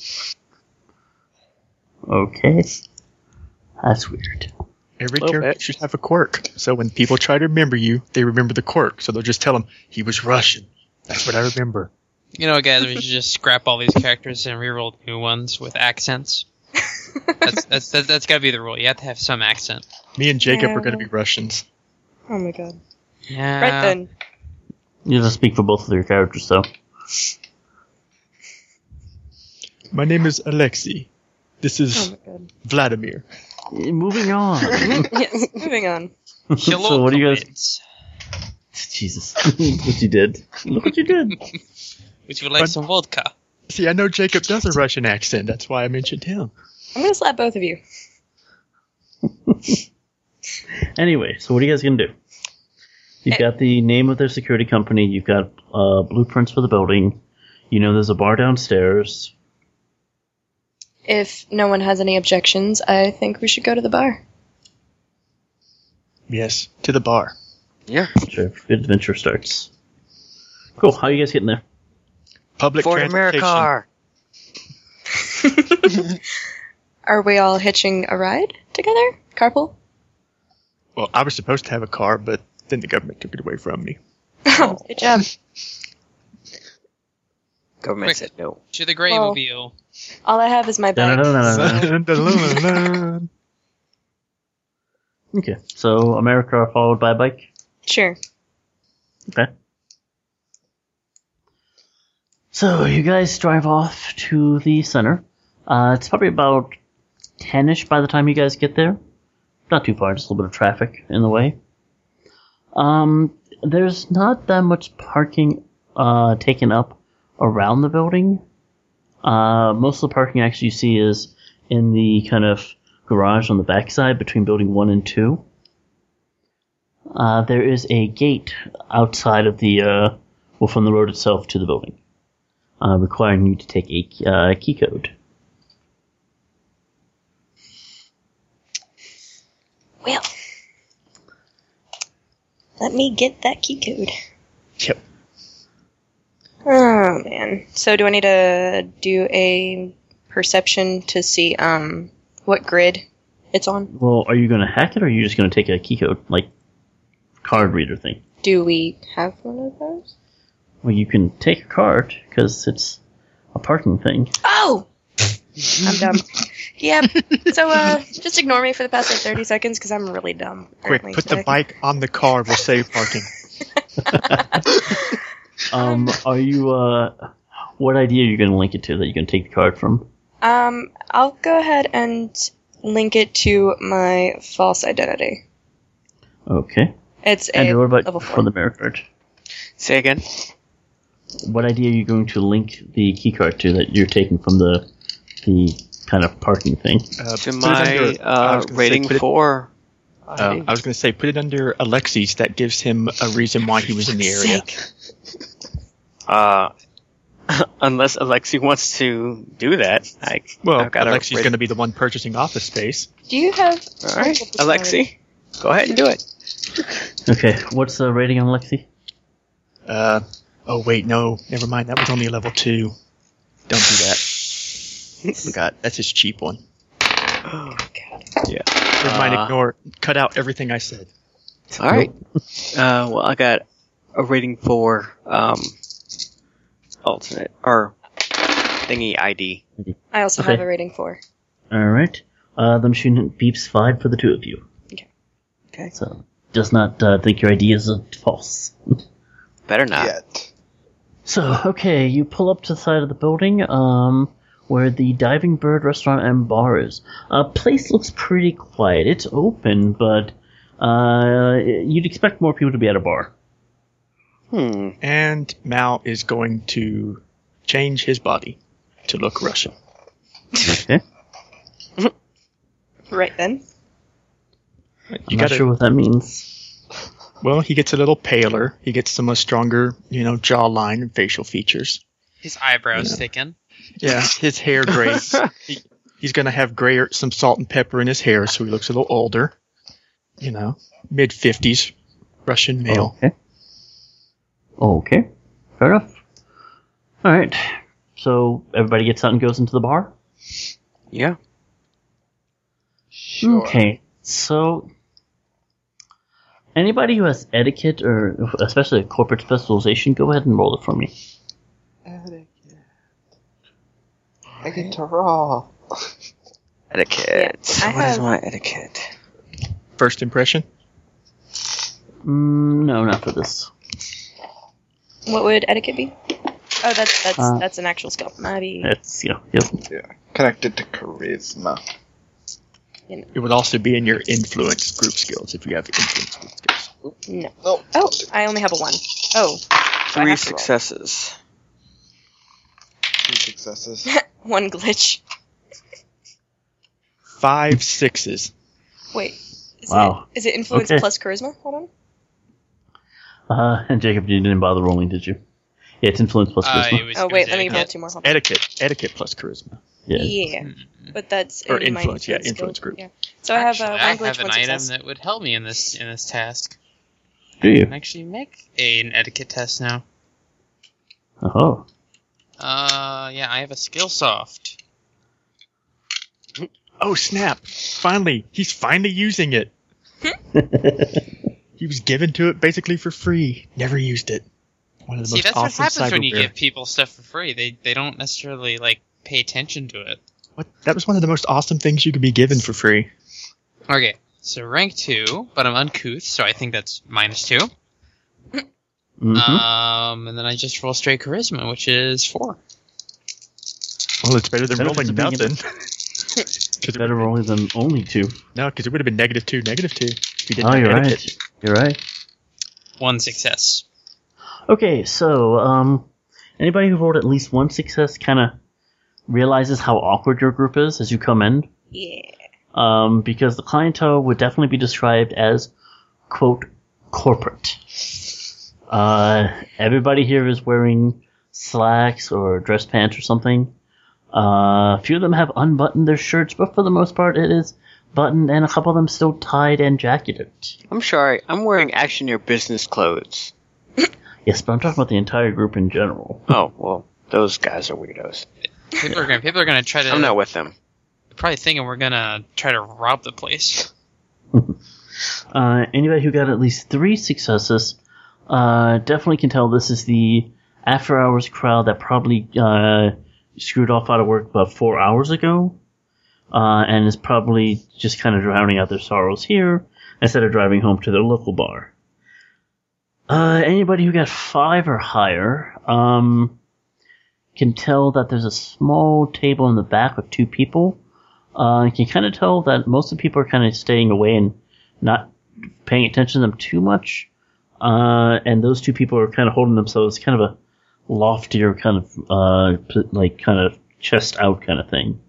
okay. That's weird. Every Well, character that- should have a quirk. So when people try to remember you, they remember the quirk. So they'll just tell him he was Russian. That's what I remember. You know, guys, we should just scrap all these characters and reroll new ones with accents. that's that's that's, that's got to be the rule. You have to have some accent. Me and Jacob are going to be Russians. Oh my god. Yeah. Right then. You have to speak for both of your characters, though. My name is Alexei. This Oh is my god. Vladimir. Eh, Moving on. yes, moving on. so what do you guys? guys? Jesus, Look what you did? Look what you did. Would you like some vodka? See, I know Jacob does a Russian accent. That's why I mentioned him. I'm gonna slap both of you. Anyway, so what are you guys gonna do? You've Eh. got the name of their security company. You've got uh, blueprints for the building. You know there's a bar downstairs. If no one has any objections, I think we should go to the bar. Yes, to the bar. Yeah. Sure, adventure starts. Cool. How are you guys getting there? Public Ford transportation. America. Are we all hitching a ride together? Carpool? Well, I was supposed to have a car, but then the government took it away from me. Good job. Government Quick. said no. To the Grey Well- Mobile. All I have is my bike. Da-da-da-da-da-da. Uh-huh. That's Okay. So America followed by a bike. Sure. Okay. So you guys drive off to the center. Uh, it's probably about 10ish by the time you guys get there. Not too far, just a little bit of traffic in the way. Um, there's not that much parking uh, taken up around the building. Uh, most of the parking actually you see is in the kind of garage on the backside between building one and two. Uh, there is a gate outside of the, uh, well, from the road itself to the building, uh, requiring you to take a uh, key code. Well, let me get that key code. Yep. Oh man. So do I need to do a perception to see um what grid it's on? Well, are you going to hack it or are you just going to take a key code, like card reader thing? Do we have one of those? Well, you can take a card because it's a parking thing. Oh. I'm dumb. Yeah. So uh just ignore me for the past like 30 seconds cuz I'm really dumb. Quick, apparently. put the bike on the car. We'll save parking. Um, are you, uh, what idea are you going to link it to that you're going to take the card from? Um I'll go ahead and link it to my false identity. Okay. It's a And what level about four. for the mirror card? Say again. What idea are you going to link the key card to that you're taking from the the kind of parking thing? Uh, To put it my under- I uh, was gonna say rating put it- four. uh, I was going to say put it under Alexis. That gives him a reason why he was in the area. Uh, unless Alexi wants to do that, I Well, I've got a Alexi's rating- going to be the one purchasing office space. Do you have All right, Alexi, go ahead and do it. Okay, what's the rating on Lexi? Uh, oh wait, no, never mind. That was only a level two. Don't do that. God, that's his cheap one. Never mind. Uh, Ignore. Cut out everything I said. All right. Uh, well, I got a rating four um, alternate or thingy ID. I also Okay. have a rating 4. All right. Uh, the machine beeps five for the two of you. Okay. Okay. So does not uh, think your idea is uh, false. Better not. Yet. So, okay, you pull up to the side of the building, um, where the Diving Bird restaurant and bar is. Uh, place looks pretty quiet. It's open, but, uh, you'd expect more people to be at a bar. Hmm. And Mal is going to change his body to look Russian. Okay. Right then. I'm You not gotta- sure what that means. Well, he gets a little paler. He gets some uh, stronger, you know, jawline and facial features. His eyebrows thicken. Yeah, his hair grays. he, he's going to have grayer, some salt and pepper in his hair, so he looks a little older. You know, mid fifties, Russian male. Okay. Okay. Fair enough. Alright. So, everybody gets out and goes into the bar? Yeah. Sure. Okay, so anybody who has etiquette or especially a corporate specialization, go ahead and roll it for me. I get to raw. Etiquette. Yeah, I what is have- my etiquette? Oh. First impression. Mm, no, not for this. What would etiquette be? Oh, that's that's Uh, that's an actual skill. Maybe It's yeah, yep. Connected to charisma. It would also be in your influence group skills if you have influence group skills. no. Nope. Oh, I only have a one. Oh, I Three have to roll. successes. Two successes. one glitch. Five sixes. Wait. Is Wow. It, is it influence Okay. plus charisma? Hold on. Uh, and Jacob, you didn't bother rolling, did you? Yeah, it's influence plus Uh, charisma. it was, Oh it wait, was let me etiquette. roll two more. Hold on. Etiquette. Etiquette plus charisma. yeah. Yeah, but that's Or in my influence, yeah, skill. influence group. Yeah. So I have uh, Actually, one I glitch, have an one item success. that would help me in this in this task. Do I you? can actually make a, an etiquette test now. Oh, Uh, yeah, I have a skill soft. Oh snap! Finally, he's finally using it. Mm-hmm. he was given to it basically for free. Never used it. One of the See, most that's what awesome happens when you cyberware- give people stuff for free. They they don't necessarily like pay attention to it. What? That was one of the most awesome things you could be given for free. Okay, so rank two, but I'm uncouth, so I think that's minus two. Mhm. Um, and then I just roll straight charisma, which is four. Well, it's better than Better rolling than being nothing. in- Better rolling than only two. No, because it would have been negative two, negative two. If you didn't Oh, have you're etiquette. right. You're right. One success. Okay, so um, anybody who rolled at least one success kind of realizes how awkward your group is as you come in, Yeah. um, because the clientele would definitely be described as quote corporate. Uh, everybody here is wearing slacks or dress pants or something. Uh, a few of them have unbuttoned their shirts, but for the most part, it is buttoned, and a couple of them still tied and jacketed. I'm sorry. I'm wearing action your business clothes. Yes, but I'm talking about the entire group in general. Oh well, those guys are weirdos. People are gonna people are gonna try to I'm not with them. probably thinking we're gonna try to rob the place. Uh, anybody who got at least three successes uh, definitely can tell this is the after hours crowd that probably uh, screwed off out of work about four hours ago uh, and is probably just kind of drowning out their sorrows here instead of driving home to their local bar. Uh, anybody who got five or higher um, can tell that there's a small table in the back with two people. Uh, you can kind of tell that most of the people are kind of staying away and not paying attention to them too much. Uh, and those two people are kind of holding themselves kind of a loftier kind of uh, p- like kind of chest out kind of thing.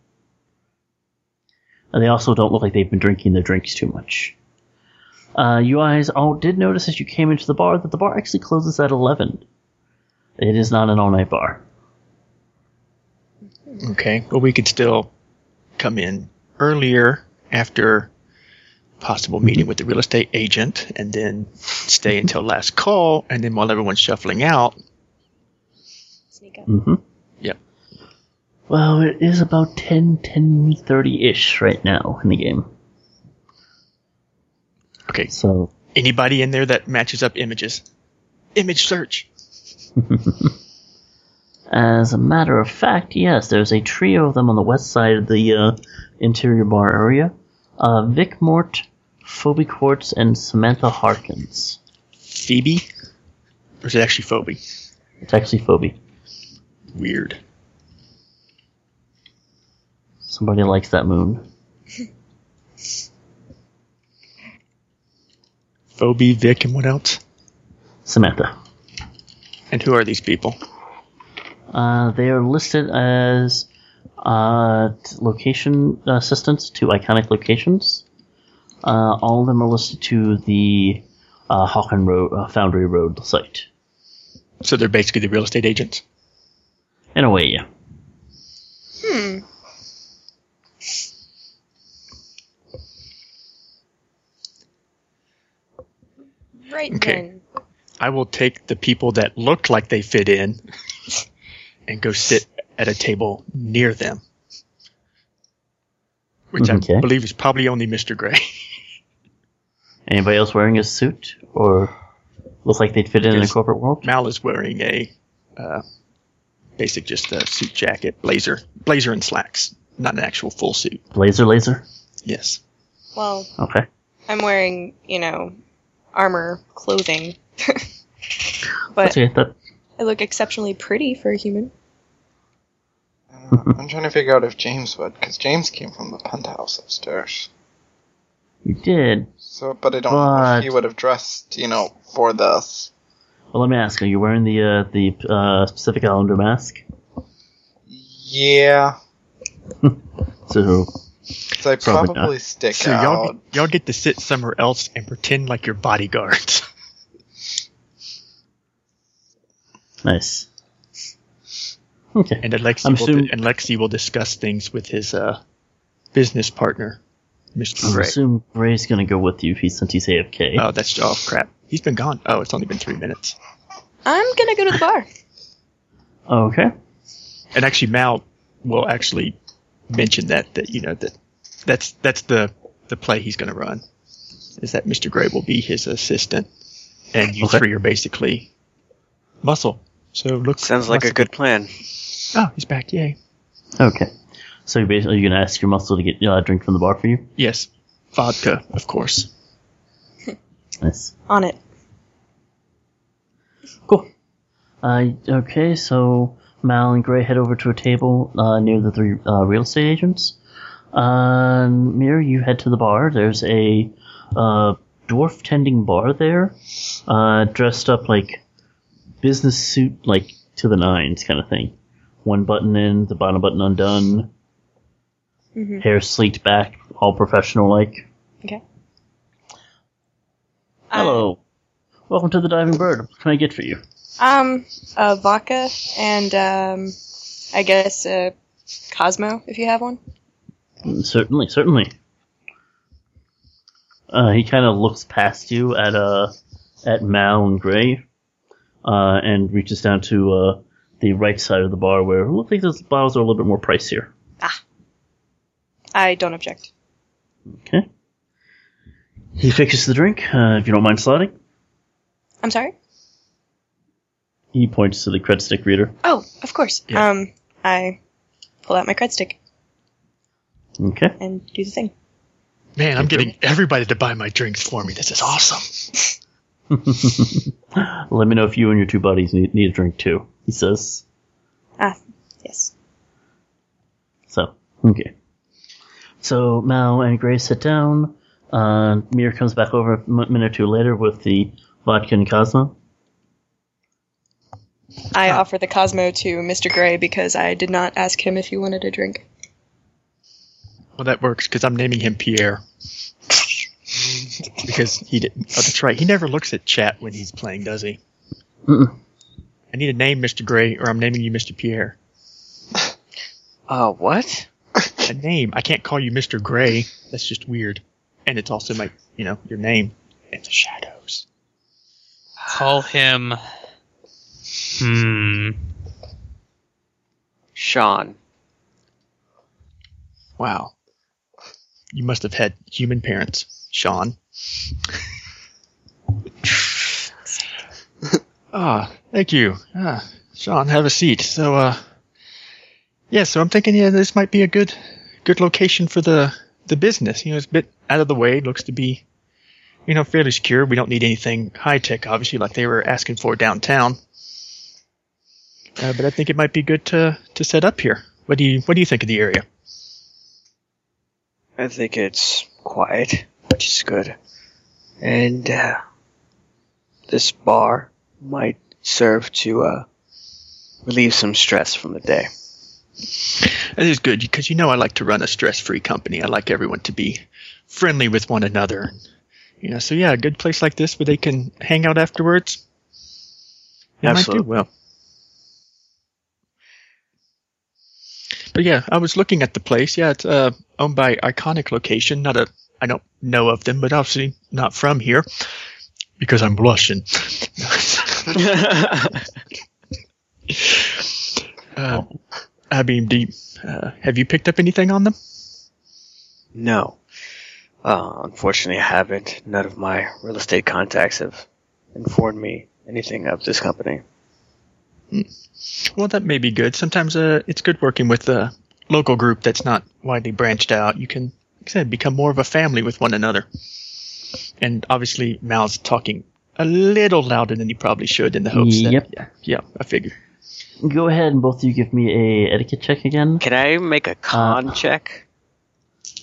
And they also don't look like they've been drinking their drinks too much. Uh, you guys all did notice as you came into the bar that the bar actually closes at 11. It is not an all night bar. Okay, but we could still come in earlier after possible meeting with the real estate agent, and then stay until last call, and then while everyone's shuffling out, Sneak up. Mm-hmm. Yep. Well, it is about 10, 10 ish right now in the game. okay, So anybody in there that matches up images, image search. As a matter of fact, yes, there's a trio of them on the west side of the uh, interior bar area. Uh, Vic Mort, Phoebe Quartz, and Samantha Harkins. Phoebe, or is it actually Phoebe? It's actually Phoebe. Weird. Somebody likes that moon. Phoebe, Vic, and what else? Samantha. And who are these people? Uh, they are listed as uh, t- location assistants to iconic locations. Uh, all of them are listed to the uh, Hawken Road, uh, Foundry Road site. So they're basically the real estate agents. In a way, yeah. Right Okay. then. I will take the people that looked like they fit in and go sit at a table near them. Which Okay. I believe is probably only Mr. Gray. Anybody else wearing a suit or look like they'd fit in in the Yes. corporate world? Mal is wearing a uh, basic just a suit jacket, blazer, blazer and slacks, not an actual full suit. Blazer, laser. Yes. Well, Okay. I'm wearing, you know, armor clothing. but That's okay. That, I look exceptionally pretty for a human. Uh, I'm trying to figure out if James would, because James came from the penthouse upstairs. you did. So, but I don't know But- if he would have dressed, you know, for this. Well, let me ask. Are you wearing the uh, the uh, Pacific Islander mask? Yeah, So so I Probably probably, not. stick So out. y'all y'all get to sit somewhere else and pretend like you're bodyguards. nice. Okay. And Alexi, I'm will, assuming- and Lexi will discuss things with his uh, business partner, Mr. I Gray. assume Gray's gonna go with you if he's since he's AFK. Oh, that's oh crap. He's been gone. Oh, it's only been three minutes. I'm gonna go to the bar. Oh. okay. And actually, Mal will actually mention that that you know that that's that's the the play he's going to run. Is that Mr. Gray will be his assistant, and you Okay. three are basically muscle. So look. Sounds like a Muscle- good plan. Oh, he's back! Yay! Okay. So you basically you're gonna ask your muscle to get uh, a drink from the bar for you. Yes, vodka, of course. Nice. On it. Uh, okay, so Mal and Gray head over to a table uh, near the three uh, real estate agents. Uh, Mir, you head to the bar. There's a uh, dwarf tending bar there, uh, dressed up like business suit, like to the nines kind of thing. One button in, the bottom button undone, hair sleeked back, all professional like. Okay. Hello. Welcome to the Diving Bird. What can I get for you? Um, uh, vodka and um, I guess uh, Cosmo if you have one. Certainly, certainly. Uh, he kind of looks past you at uh at Mal and Gray, uh, and reaches down to uh, the right side of the bar where it looks like those bottles are a little bit more pricier. I don't object. Okay. He fixes the drink. Uh, if you don't mind sliding, I'm sorry. he points to the cred stick reader. Oh, of course. Yeah. Um, I pull out my cred stick Okay. and do the thing. Man, I'm getting everybody to buy my drinks for me. This is awesome. Let me know if you and your two buddies need, need a drink too. He says. Ah, yes. So, okay. So, Mao and Gray sit down. Uh, Mir comes back over a m- minute or two later with the vodka and Cosmo. I offer the Cosmo to Mr. Gray because I did not ask him if he wanted a drink. Well, that works because I'm naming him Pierre. because he didn't. Oh, that's right. He never looks at chat when he's playing, does he? Mm-mm. I need a name, Mr. Gray, or I'm naming you Mr. Pierre. Uh, what? A name. I can't call you Mr. Gray. That's just weird. And it's also my, you know, your name. And the shadows. Call him. Hmm. Sean. Wow. You must have had human parents, Sean. ah, thank you. Ah, Sean, have a seat. So, uh, yeah, so I'm thinking, yeah, this might be a good, good location for the the business. You know, it's a bit out of the way. Looks to be, you know, fairly secure. We don't need anything high tech, obviously, like they were asking for downtown. Uh, but I think it might be good to to set up here. What do you What do you think of the area? I think it's quiet, which is good. And uh, this bar might serve to uh, relieve some stress from the day. That is good because you know I like to run a stress-free company. I like everyone to be friendly with one another. You know, so yeah, a good place like this where they can hang out afterwards. It might Absolutely. do well. But yeah, I was looking at the place. Yeah, it's uh, owned by Iconic Location. Not a, I don't know of them, but obviously not from here because I'm blushing. uh, I mean, do you, uh, have you picked up anything on them? No. Uh, unfortunately, I haven't. None of my real estate contacts have informed me anything of this company. Well, that may be good. Sometimes uh, it's good working with a local group that's not widely branched out. You can, like I said, become more of a family with one another. And obviously, Mal's talking a little louder than he probably should in the hopes Yep. that. Yeah, yeah, I figure. Go ahead and both of you give me a etiquette check again. Can I make a con Uh, check?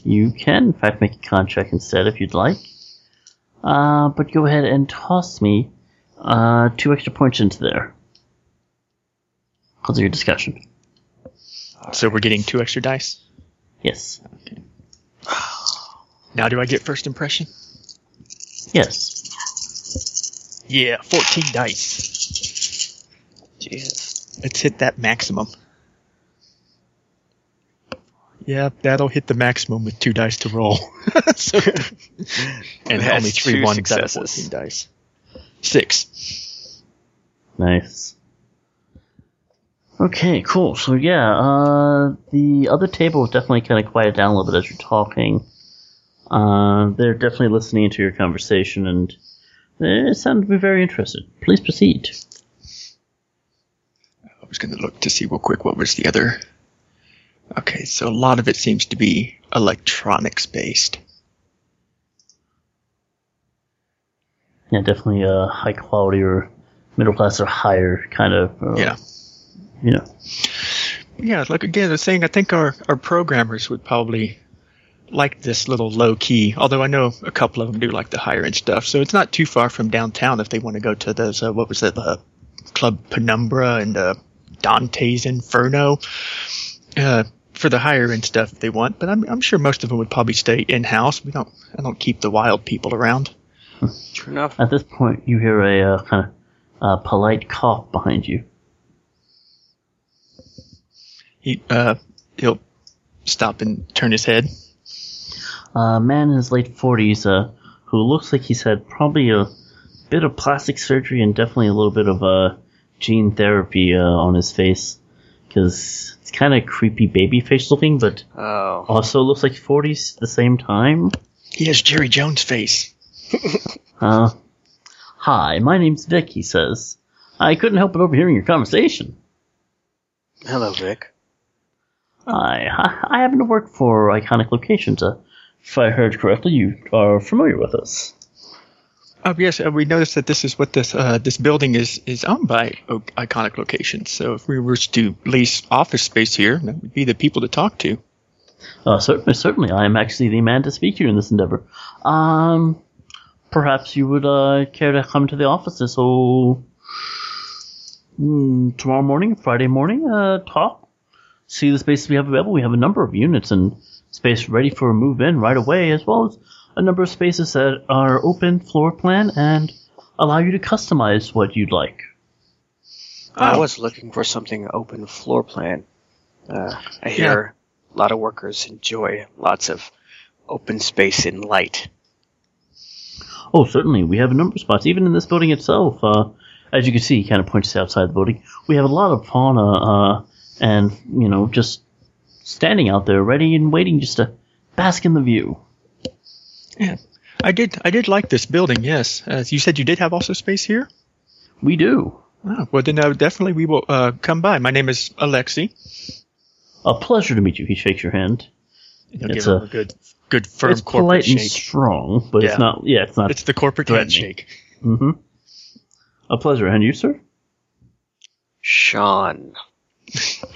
You can, in fact, make a con check instead if you'd like. Uh, but go ahead and toss me uh, two extra points into there. Because of your discussion. So we're getting two extra dice. Yes. Now, do I get first impression? Yes. Yeah, 14 dice. Jesus. Let's hit that maximum. Yeah, that'll hit the maximum with two dice to roll. So- and That's only three two ones out of successes. 14 dice. Six. Nice. Okay, cool. So, yeah, uh, the other table is definitely kind of quiet down a little bit as you're talking. Uh, they're definitely listening to your conversation and they sound to be very interested. Please proceed. I was going to look to see real quick what was the other. Okay, so a lot of it seems to be electronics based. Yeah, definitely uh, high quality or middle class or higher kind of. Uh, Yeah. You know. Yeah, like again, I was saying, I think our, our programmers would probably like this little low key, although I know a couple of them do like the higher end stuff. So it's not too far from downtown if they want to go to those, uh, what was it, uh, Club Penumbra and uh, Dante's Inferno uh, for the higher end stuff if they want. But I'm, I'm sure most of them would probably stay in house. We don't, I don't keep the wild people around. True enough. At this point, you hear a uh, kind of uh, polite cough behind you. He, uh, he'll stop and turn his head. A man in his late 40s uh, who looks like he's had probably a bit of plastic surgery and definitely a little bit of uh, gene therapy uh, on his face. Because it's kind of creepy baby face looking, but Oh, also looks like 40s at the same time. He has Jerry Jones face. Uh, Hi, my name's Vic, he says. I couldn't help but overhearing your conversation. hello, Vic. I, I, I happen to work for Iconic Locations. Uh, if I heard correctly, you are familiar with us. Oh yes, uh, we noticed that this is what this uh, this building is is owned by o- iconic locations. So if we were to lease office space here, that would be the people to talk to. Uh, certainly, certainly, I am actually the man to speak to you in this endeavor. Um, perhaps you would uh, care to come to the office this oh, mm, tomorrow morning, Friday morning, uh, talk, see the spaces we have available. We have a number of units and space ready for a move in right away, as well as a number of spaces that are open floor plan and allow you to customize what you'd like. I Oh. was looking for something open floor plan. Uh, I hear a lot of workers enjoy lots of open space and light. Oh, certainly. We have a number of spots, even in this building itself. Uh, as you can see, he kind of points outside the building. We have a lot of fauna uh, and, you know, just standing out there ready and waiting just to bask in the view. Yeah, I did I did like this building. Yes, uh, you said you did have also space here. We do. Oh, well, then uh, definitely we will uh, come by. My name is Alexi. A pleasure to meet you. He shakes your hand. And he'll It's give a- him a good good firm it's corporate polite and shake. strong, but it's Yeah. not. Yeah, it's not. It's the corporate threatening. handshake. hmm A pleasure. And you, sir? Sean.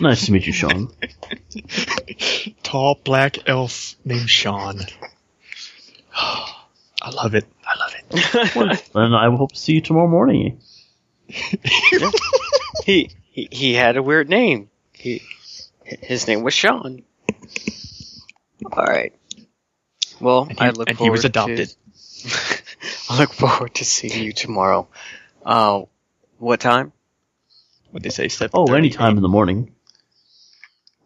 Nice to meet you, Sean. Tall black elf named Sean. I love it. I love it. and I hope to see you tomorrow morning. He, he he had a weird name. He his name was Sean. All right. Well, And he, I look and forward he was adopted. to. I look forward to seeing you tomorrow. Uh, what time? What they say? Oh, 7:30. anytime in the morning.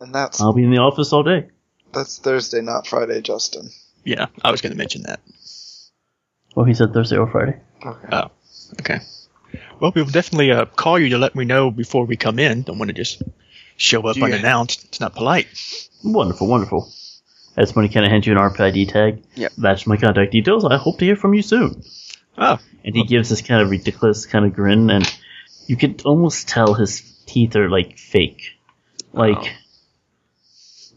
And that's I'll be in the office all day. that's Thursday, not Friday, Justin. Yeah, I was going to mention that. Oh, he said Thursday or Friday. Oh, okay. Well, we will definitely uh, call you to let me know before we come in. Don't want to just show up Do you- unannounced. It's not polite. Wonderful, wonderful. That's when he kind of hands you an RFID tag. Yep. That's my contact details. I hope to hear from you soon. Oh, And he gives this kind of ridiculous kind of grin, and you could almost tell his teeth are like fake, like, Oh.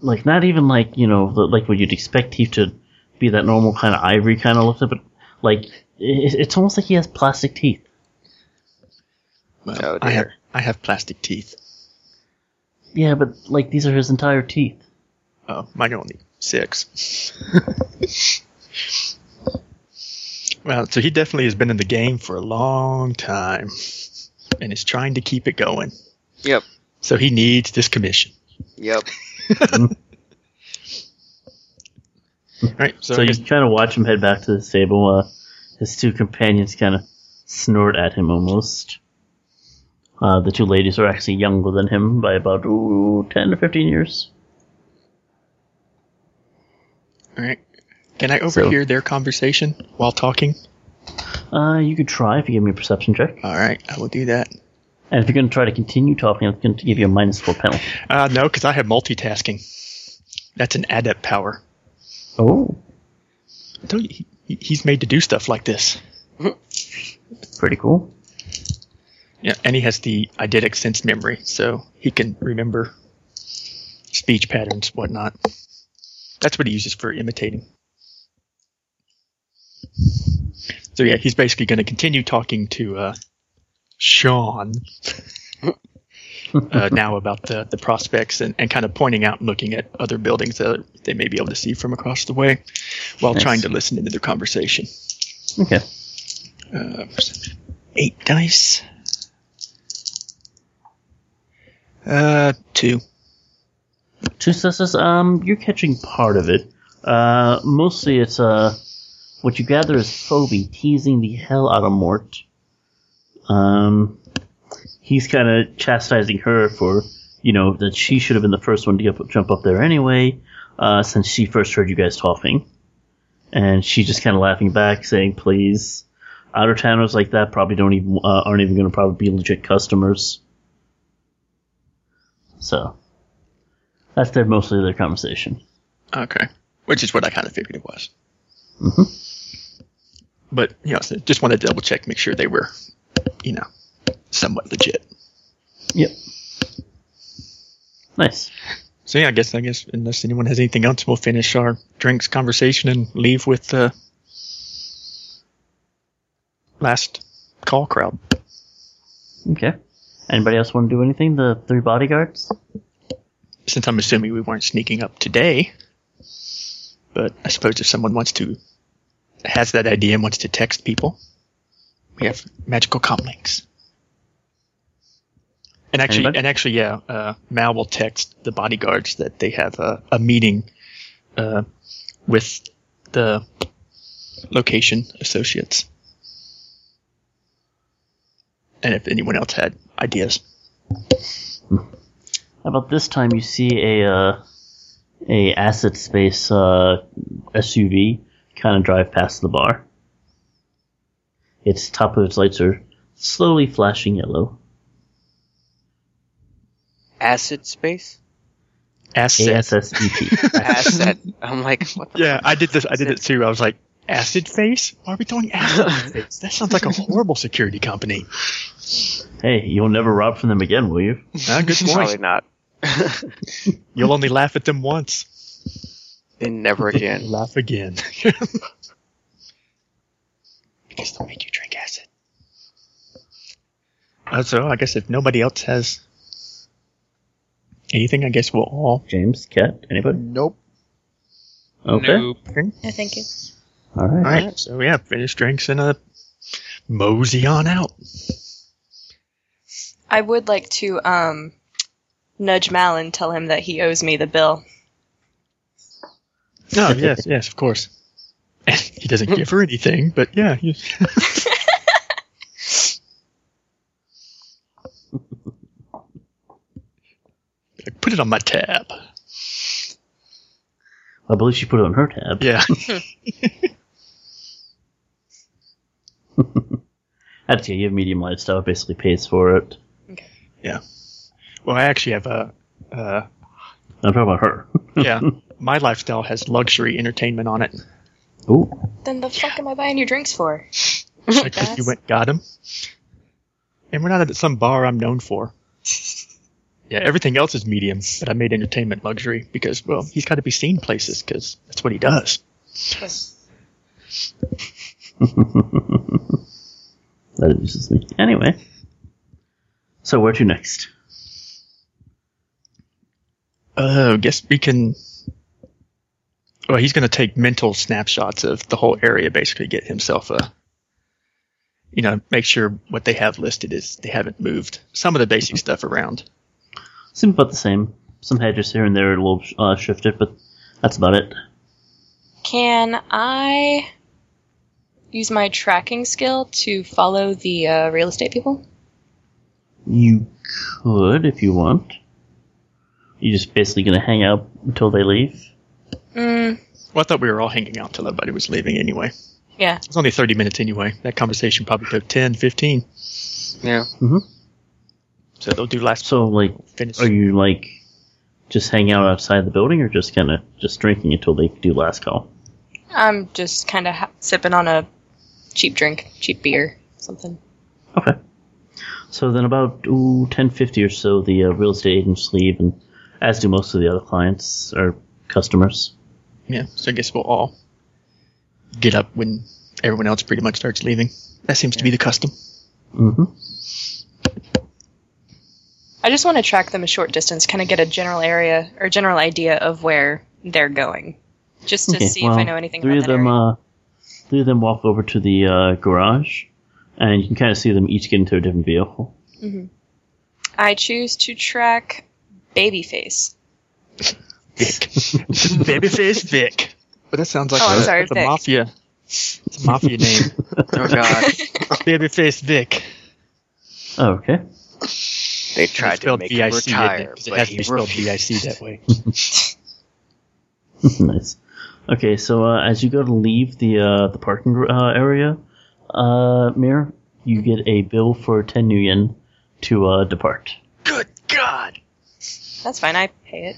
like not even like you know the, like what you'd expect teeth to be that normal kind of ivory kind of look, but like it, it's almost like he has plastic teeth. well, Oh, I have dear. I have plastic teeth. Yeah, but like these are his entire teeth. Oh, mine are only six. well, so he definitely has been in the game for a long time, and is trying to keep it going. Yep. So he needs this commission. Yep. All right. So, So, I you guess- kind of watch him head back to the stable. Uh, his two companions kind of snort at him almost. Uh, the two ladies are actually younger than him by about ooh, 10 to 15 years. all right. Can I overhear their conversation while talking? Uh, you could try if you give me a perception check. All right, I will do that. And if you're going to try to continue talking, I'm going to give you a minus 4 penalty. Uh, no, because I have multitasking. That's an adept power. Oh. I told you, he, he's made to do stuff like this. Pretty cool. Yeah, and he has the eidetic sense memory, so he can remember speech patterns, whatnot. That's what he uses for imitating. So yeah, he's basically going to continue talking to uh, Sean uh, now about the, the prospects and, and kind of pointing out and looking at other buildings that they may be able to see from across the way while Nice. trying to listen into their conversation. Okay. Uh, eight dice. Uh, two. Two successes. Um, you're catching part of it. Uh, mostly it's uh, what you gather is Phoebe teasing the hell out of Mort. Um, he's kind of chastising her for you know that she should have been the first one to get, jump up there anyway, uh, since she first heard you guys talking, and she's just kind of laughing back, saying, "Please." Outer towners like that probably don't even uh, aren't even going to probably be legit customers. So that's their mostly their conversation. Okay. Which is what I kind of figured it was. Mhm. Mm-hmm. But, you know, so just wanted to double check, make sure they were, you know, somewhat legit. Yep. Nice. So, yeah, I guess, I guess, unless anyone has anything else, we'll finish our drinks conversation and leave with the last call crowd. Okay. Anybody else want to do anything? The three bodyguards? Since I'm assuming we weren't sneaking up today, but I suppose if someone wants to, has that idea and wants to text people, we have magical comm links. And actually, Anybody? and actually, yeah, uh, Mal will text the bodyguards that they have a, a meeting uh, with the location associates. And if anyone else had ideas. How about this time you see a uh, a asset space uh, SUV kind of drive past the bar. Its top of its lights are slowly flashing yellow. Acid space? A Assets. S S E T. Acid. I'm like, what the Yeah, I did this. I did it too. I was like, acid face? Why are we throwing acid face? That sounds like a horrible security company. Hey, you'll never rob from them again, will you? Ah, good Probably point. not. You'll only laugh at them once. And never again. Laugh again. because they'll make you drink acid. Uh, so I guess if nobody else has anything, I guess we'll all. James, Cat, anybody? Nope. Okay. Nope. No, thank you. All right. All right. So yeah, finish drinks and uh, mosey on out. I would like to um, nudge Mal and tell him that he owes me the bill. Oh yes, yes, of course. he doesn't give her anything, but yeah. he- Like, Put it on my tab. I believe she put it on her tab. Yeah. That's yeah, you have medium light stuff. Basically pays for it. Well, I actually have a. Uh, I'm talking about her. yeah, my lifestyle has luxury entertainment on it. Ooh. Then the fuck am I buying you drinks for? Like if you went, got him. And we're not at some bar I'm known for. Yeah, everything else is medium, but I made entertainment luxury because, well, he's got to be seen places because that's what he does. That amuses me. Anyway. So where to next? Uh, I guess we can. Well, he's going to take mental snapshots of the whole area, basically, get himself a. You know, make sure what they have listed is they haven't moved some of the basic stuff around. Seems about the same. Some hedges here and there are a little uh, shifted, but that's about it. Can I use my tracking skill to follow the uh, real estate people? You could if you want. You're just basically gonna hang out until they leave. Mm, Well, I thought we were all hanging out until everybody was leaving anyway. yeah. It's only 30 minutes anyway. That conversation probably took 10, 15. Yeah. So they'll do last So like, finish. are you like just hanging out outside the building, or just kind of just drinking until they do last call? I'm just kind of ha- sipping on a cheap drink, cheap beer, something. Okay. So then about ooh, 1050 or so, the uh, real estate agents leave, and as do most of the other clients or customers. Yeah, so I guess we'll all get up when everyone else pretty much starts leaving. That seems to be the custom. Mm-hmm. I just want to track them a short distance, kind of get a general area or general idea of where they're going, just to Okay, see well, if I know anything Three about of that them, area. uh, three of them walk over to the uh, garage, and you can kind of see them each get into a different vehicle. I choose to track Babyface. Vic. Babyface Vic. But that sounds like Oh, I'm a, sorry, that's a Vic. mafia. It's a mafia name. Oh God, Babyface Vic. Oh, okay. they tried to Spelled make him V-I-C, didn't it? retire, 'Cause It but has to he be spelled refused. V-I-C that way. nice. Okay, so uh, as you go to leave the uh, the parking gr- uh, area, uh, Mir, you get a bill for ten new yen to uh, depart. Good God. That's fine. I pay it.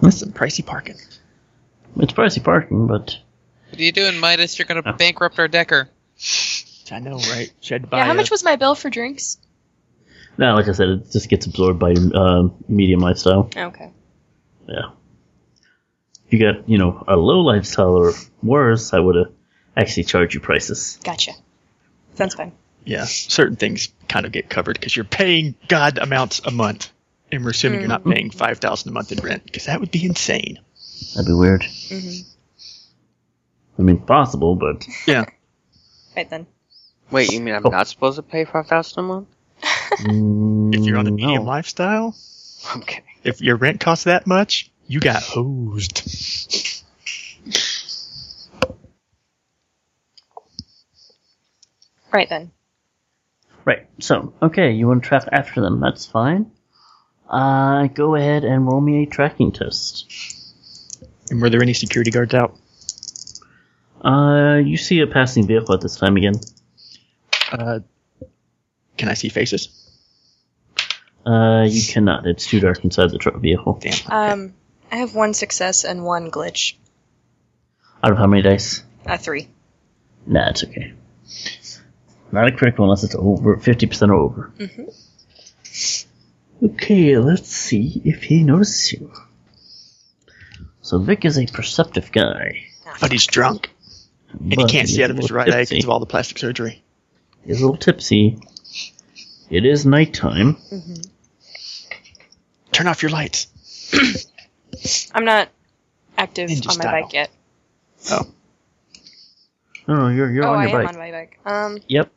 That's some pricey parking. It's pricey parking, but What are you doing, Midas? You're going to bankrupt our Decker. I know, right? She had to buy Yeah. How a- much was my bill for drinks? no, like I said, it just gets absorbed by your um medium lifestyle. Okay. Yeah. If you got you know a low lifestyle or worse, I would have actually charged you prices. Gotcha. Sounds fine. yeah, certain things kind of get covered because you're paying God amounts a month. And we're assuming you're not paying 5000 a month in rent because that would be insane. That'd be weird. Mm-hmm. I mean, possible, but Yeah. Right then. Wait, you mean I'm Oh. not supposed to pay five thousand a month? mm, If you're on the medium no. lifestyle, Okay. if your rent costs that much, you got hosed. Right then. Right. So, okay, you want to track after them. That's fine. Uh, go ahead and roll me a tracking test. And were there any security guards out? Uh, you see a passing vehicle at this time again. Uh, can I see faces? Uh, you cannot. It's too dark inside the truck vehicle. Damn. Um, I have one success and one glitch. Out of how many dice? A three. Nah, it's okay. Not a critical unless it's over fifty percent or over. Mm-hmm. Okay, let's see if he notices you. So Vic is a perceptive guy, But he's drunk and he but can't he's see out a of his little right eye tipsy. because of all the plastic surgery. He's a little tipsy. It is nighttime. Turn off your lights. I'm not active Ninja on my style. bike yet. Oh, No, no, you're you're oh, on I your bike. am on my bike. Um, Yep.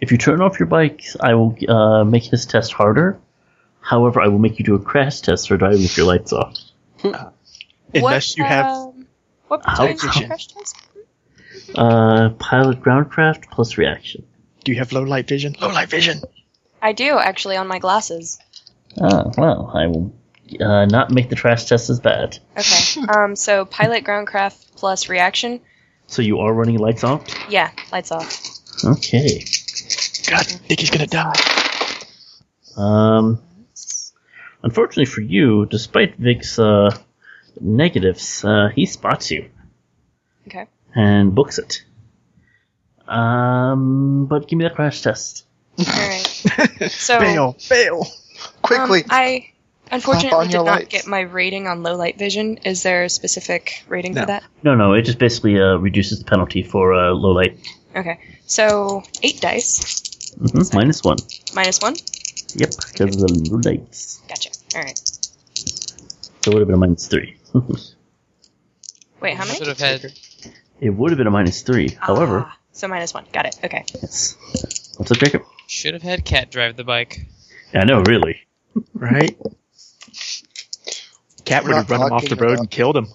If you turn off your bike, I will uh, make his test harder. However, I will make you do a crash test for driving with your lights off. unless what, you have Um, what How- time's the how- crash test? Uh, pilot groundcraft plus reaction. Do you have low light vision? Low light vision. I do actually on my glasses. Ah, well, I will uh, not make the trash test as bad. Okay. um, so pilot groundcraft plus reaction. So you are running lights off? Yeah, lights off. Okay. God, Dicky's gonna die. Um, unfortunately for you, despite Vic's uh, negatives, uh, he spots you Okay. and books it. Um, but give me that crash test. All right. So Fail, fail. um, Quickly, I unfortunately on did your not lights. get my rating on low light vision. Is there a specific rating No. for that? No, no, it just basically uh, reduces the penalty for uh, low light. Okay. So eight dice hmm minus one. minus one. Yep, because of the low lights. Gotcha. All right. So it would have been a minus three. Wait, how many? Should have had. it would have been a minus three. However, Ah, so minus one. Got it. Okay. yes. What's up, Jacob? Should have had Cat drive the bike. Yeah, I know, really. Right? Cat We're would not have run him off talking the road about- and killed him.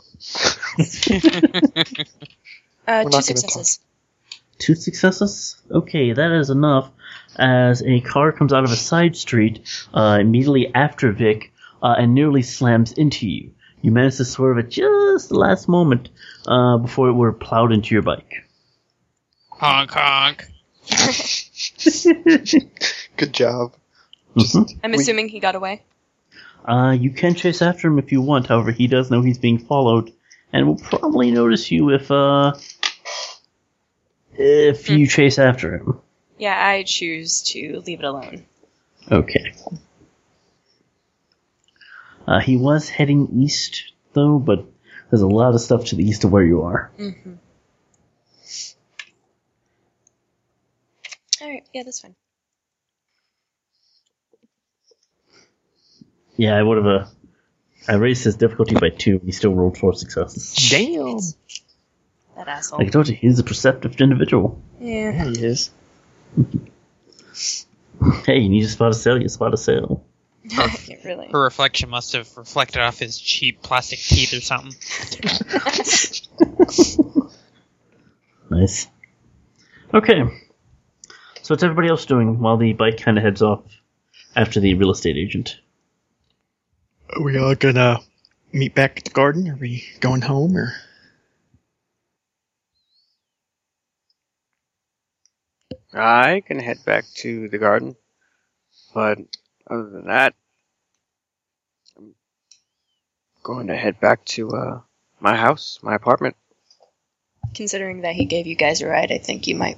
Uh, We're two not gonna successes. Two successes? Okay, that is enough. As a car comes out of a side street uh, immediately after Vic uh, and nearly slams into you. You manage to swerve at just the last moment uh, before it were plowed into your bike. Honk honk. good job. I'm We- assuming he got away. Mm-hmm. Uh, you can chase after him if you want, however, he does know he's being followed and will probably notice you if uh, if you chase after him. Yeah, I choose to leave it alone. Okay. Uh, he was heading east, though, but there's a lot of stuff to the east of where you are. All right. Yeah, that's fine. Yeah, I would have. Uh, I raised his difficulty by two. He still rolled four successes. Damn. That asshole. Like I told you, he's a perceptive individual. yeah. There he is. Hey, you need to spot a sale, you spot a sale. It really. Her reflection must have reflected off his cheap plastic teeth or something. Nice. Okay. So what's everybody else doing while the bike kind of heads off after the real estate agent? Are we all gonna meet back at the garden? Are we going home or? I can head back to the garden, but other than that, I'm going to head back to uh, my house, my apartment. Considering that he gave you guys a ride, I think you might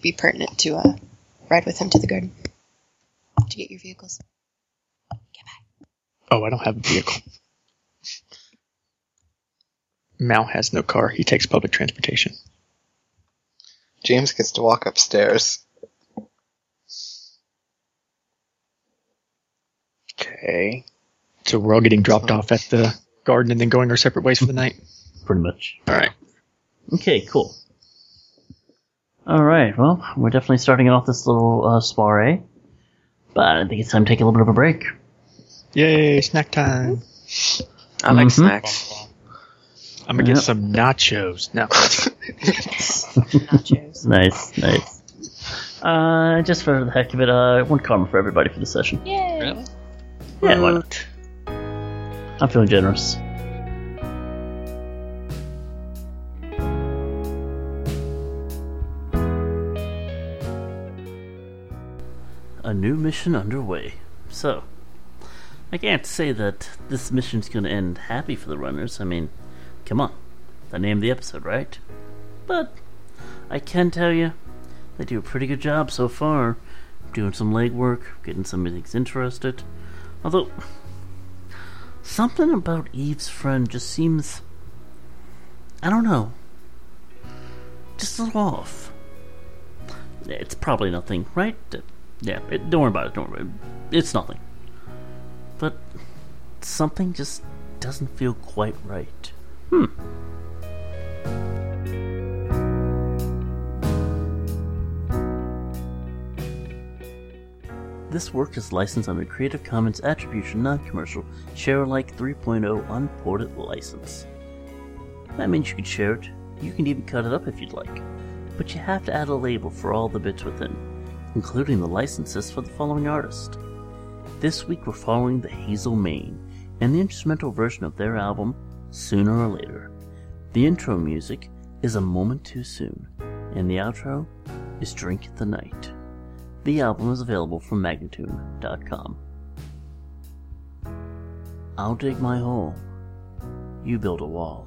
be pertinent to uh, ride with him to the garden to get your vehicles. Oh, I don't have a vehicle. Mal has no car. He takes public transportation. James gets to walk upstairs. Okay. So we're all getting dropped off at the garden and then going our separate ways for the night. Pretty much. All right. Okay, cool. All right, well, we're definitely starting off this little uh, soiree, but I think it's time to take a little bit of a break. Yay, snack time. I Mhm. like Mm-hmm. snacks. I'm gonna get Yep. some nachos. No. Nachos. Nice, nice. Uh, just for the heck of it, uh, one karma for everybody for the session. Yay! Really? Yeah, why not? Uh, I'm feeling generous. A new mission underway. So, I can't say that this mission's going to end happy for the runners. I mean, come on. The name of the episode, right? But I can tell you, they do a pretty good job so far, doing some legwork, getting some things interested. Although, something about Eve's friend just seems. I don't know. Just a little off. It's probably nothing, right? Uh, Yeah, it, don't worry about it, don't worry. It's nothing. But something just doesn't feel quite right. This work is licensed under Creative Commons Attribution Non Commercial Share Alike 3.0 Unported License. That means you can share it, you can even cut it up if you'd like, but you have to add a label for all the bits within, including the licenses for the following artist. This week we're following the Hazel Main and the instrumental version of their album, Sooner or Later. The intro music is A Moment Too Soon, and the outro is Drink the Night. The album is available from magnitude.com. I'll dig my hole. You build a wall.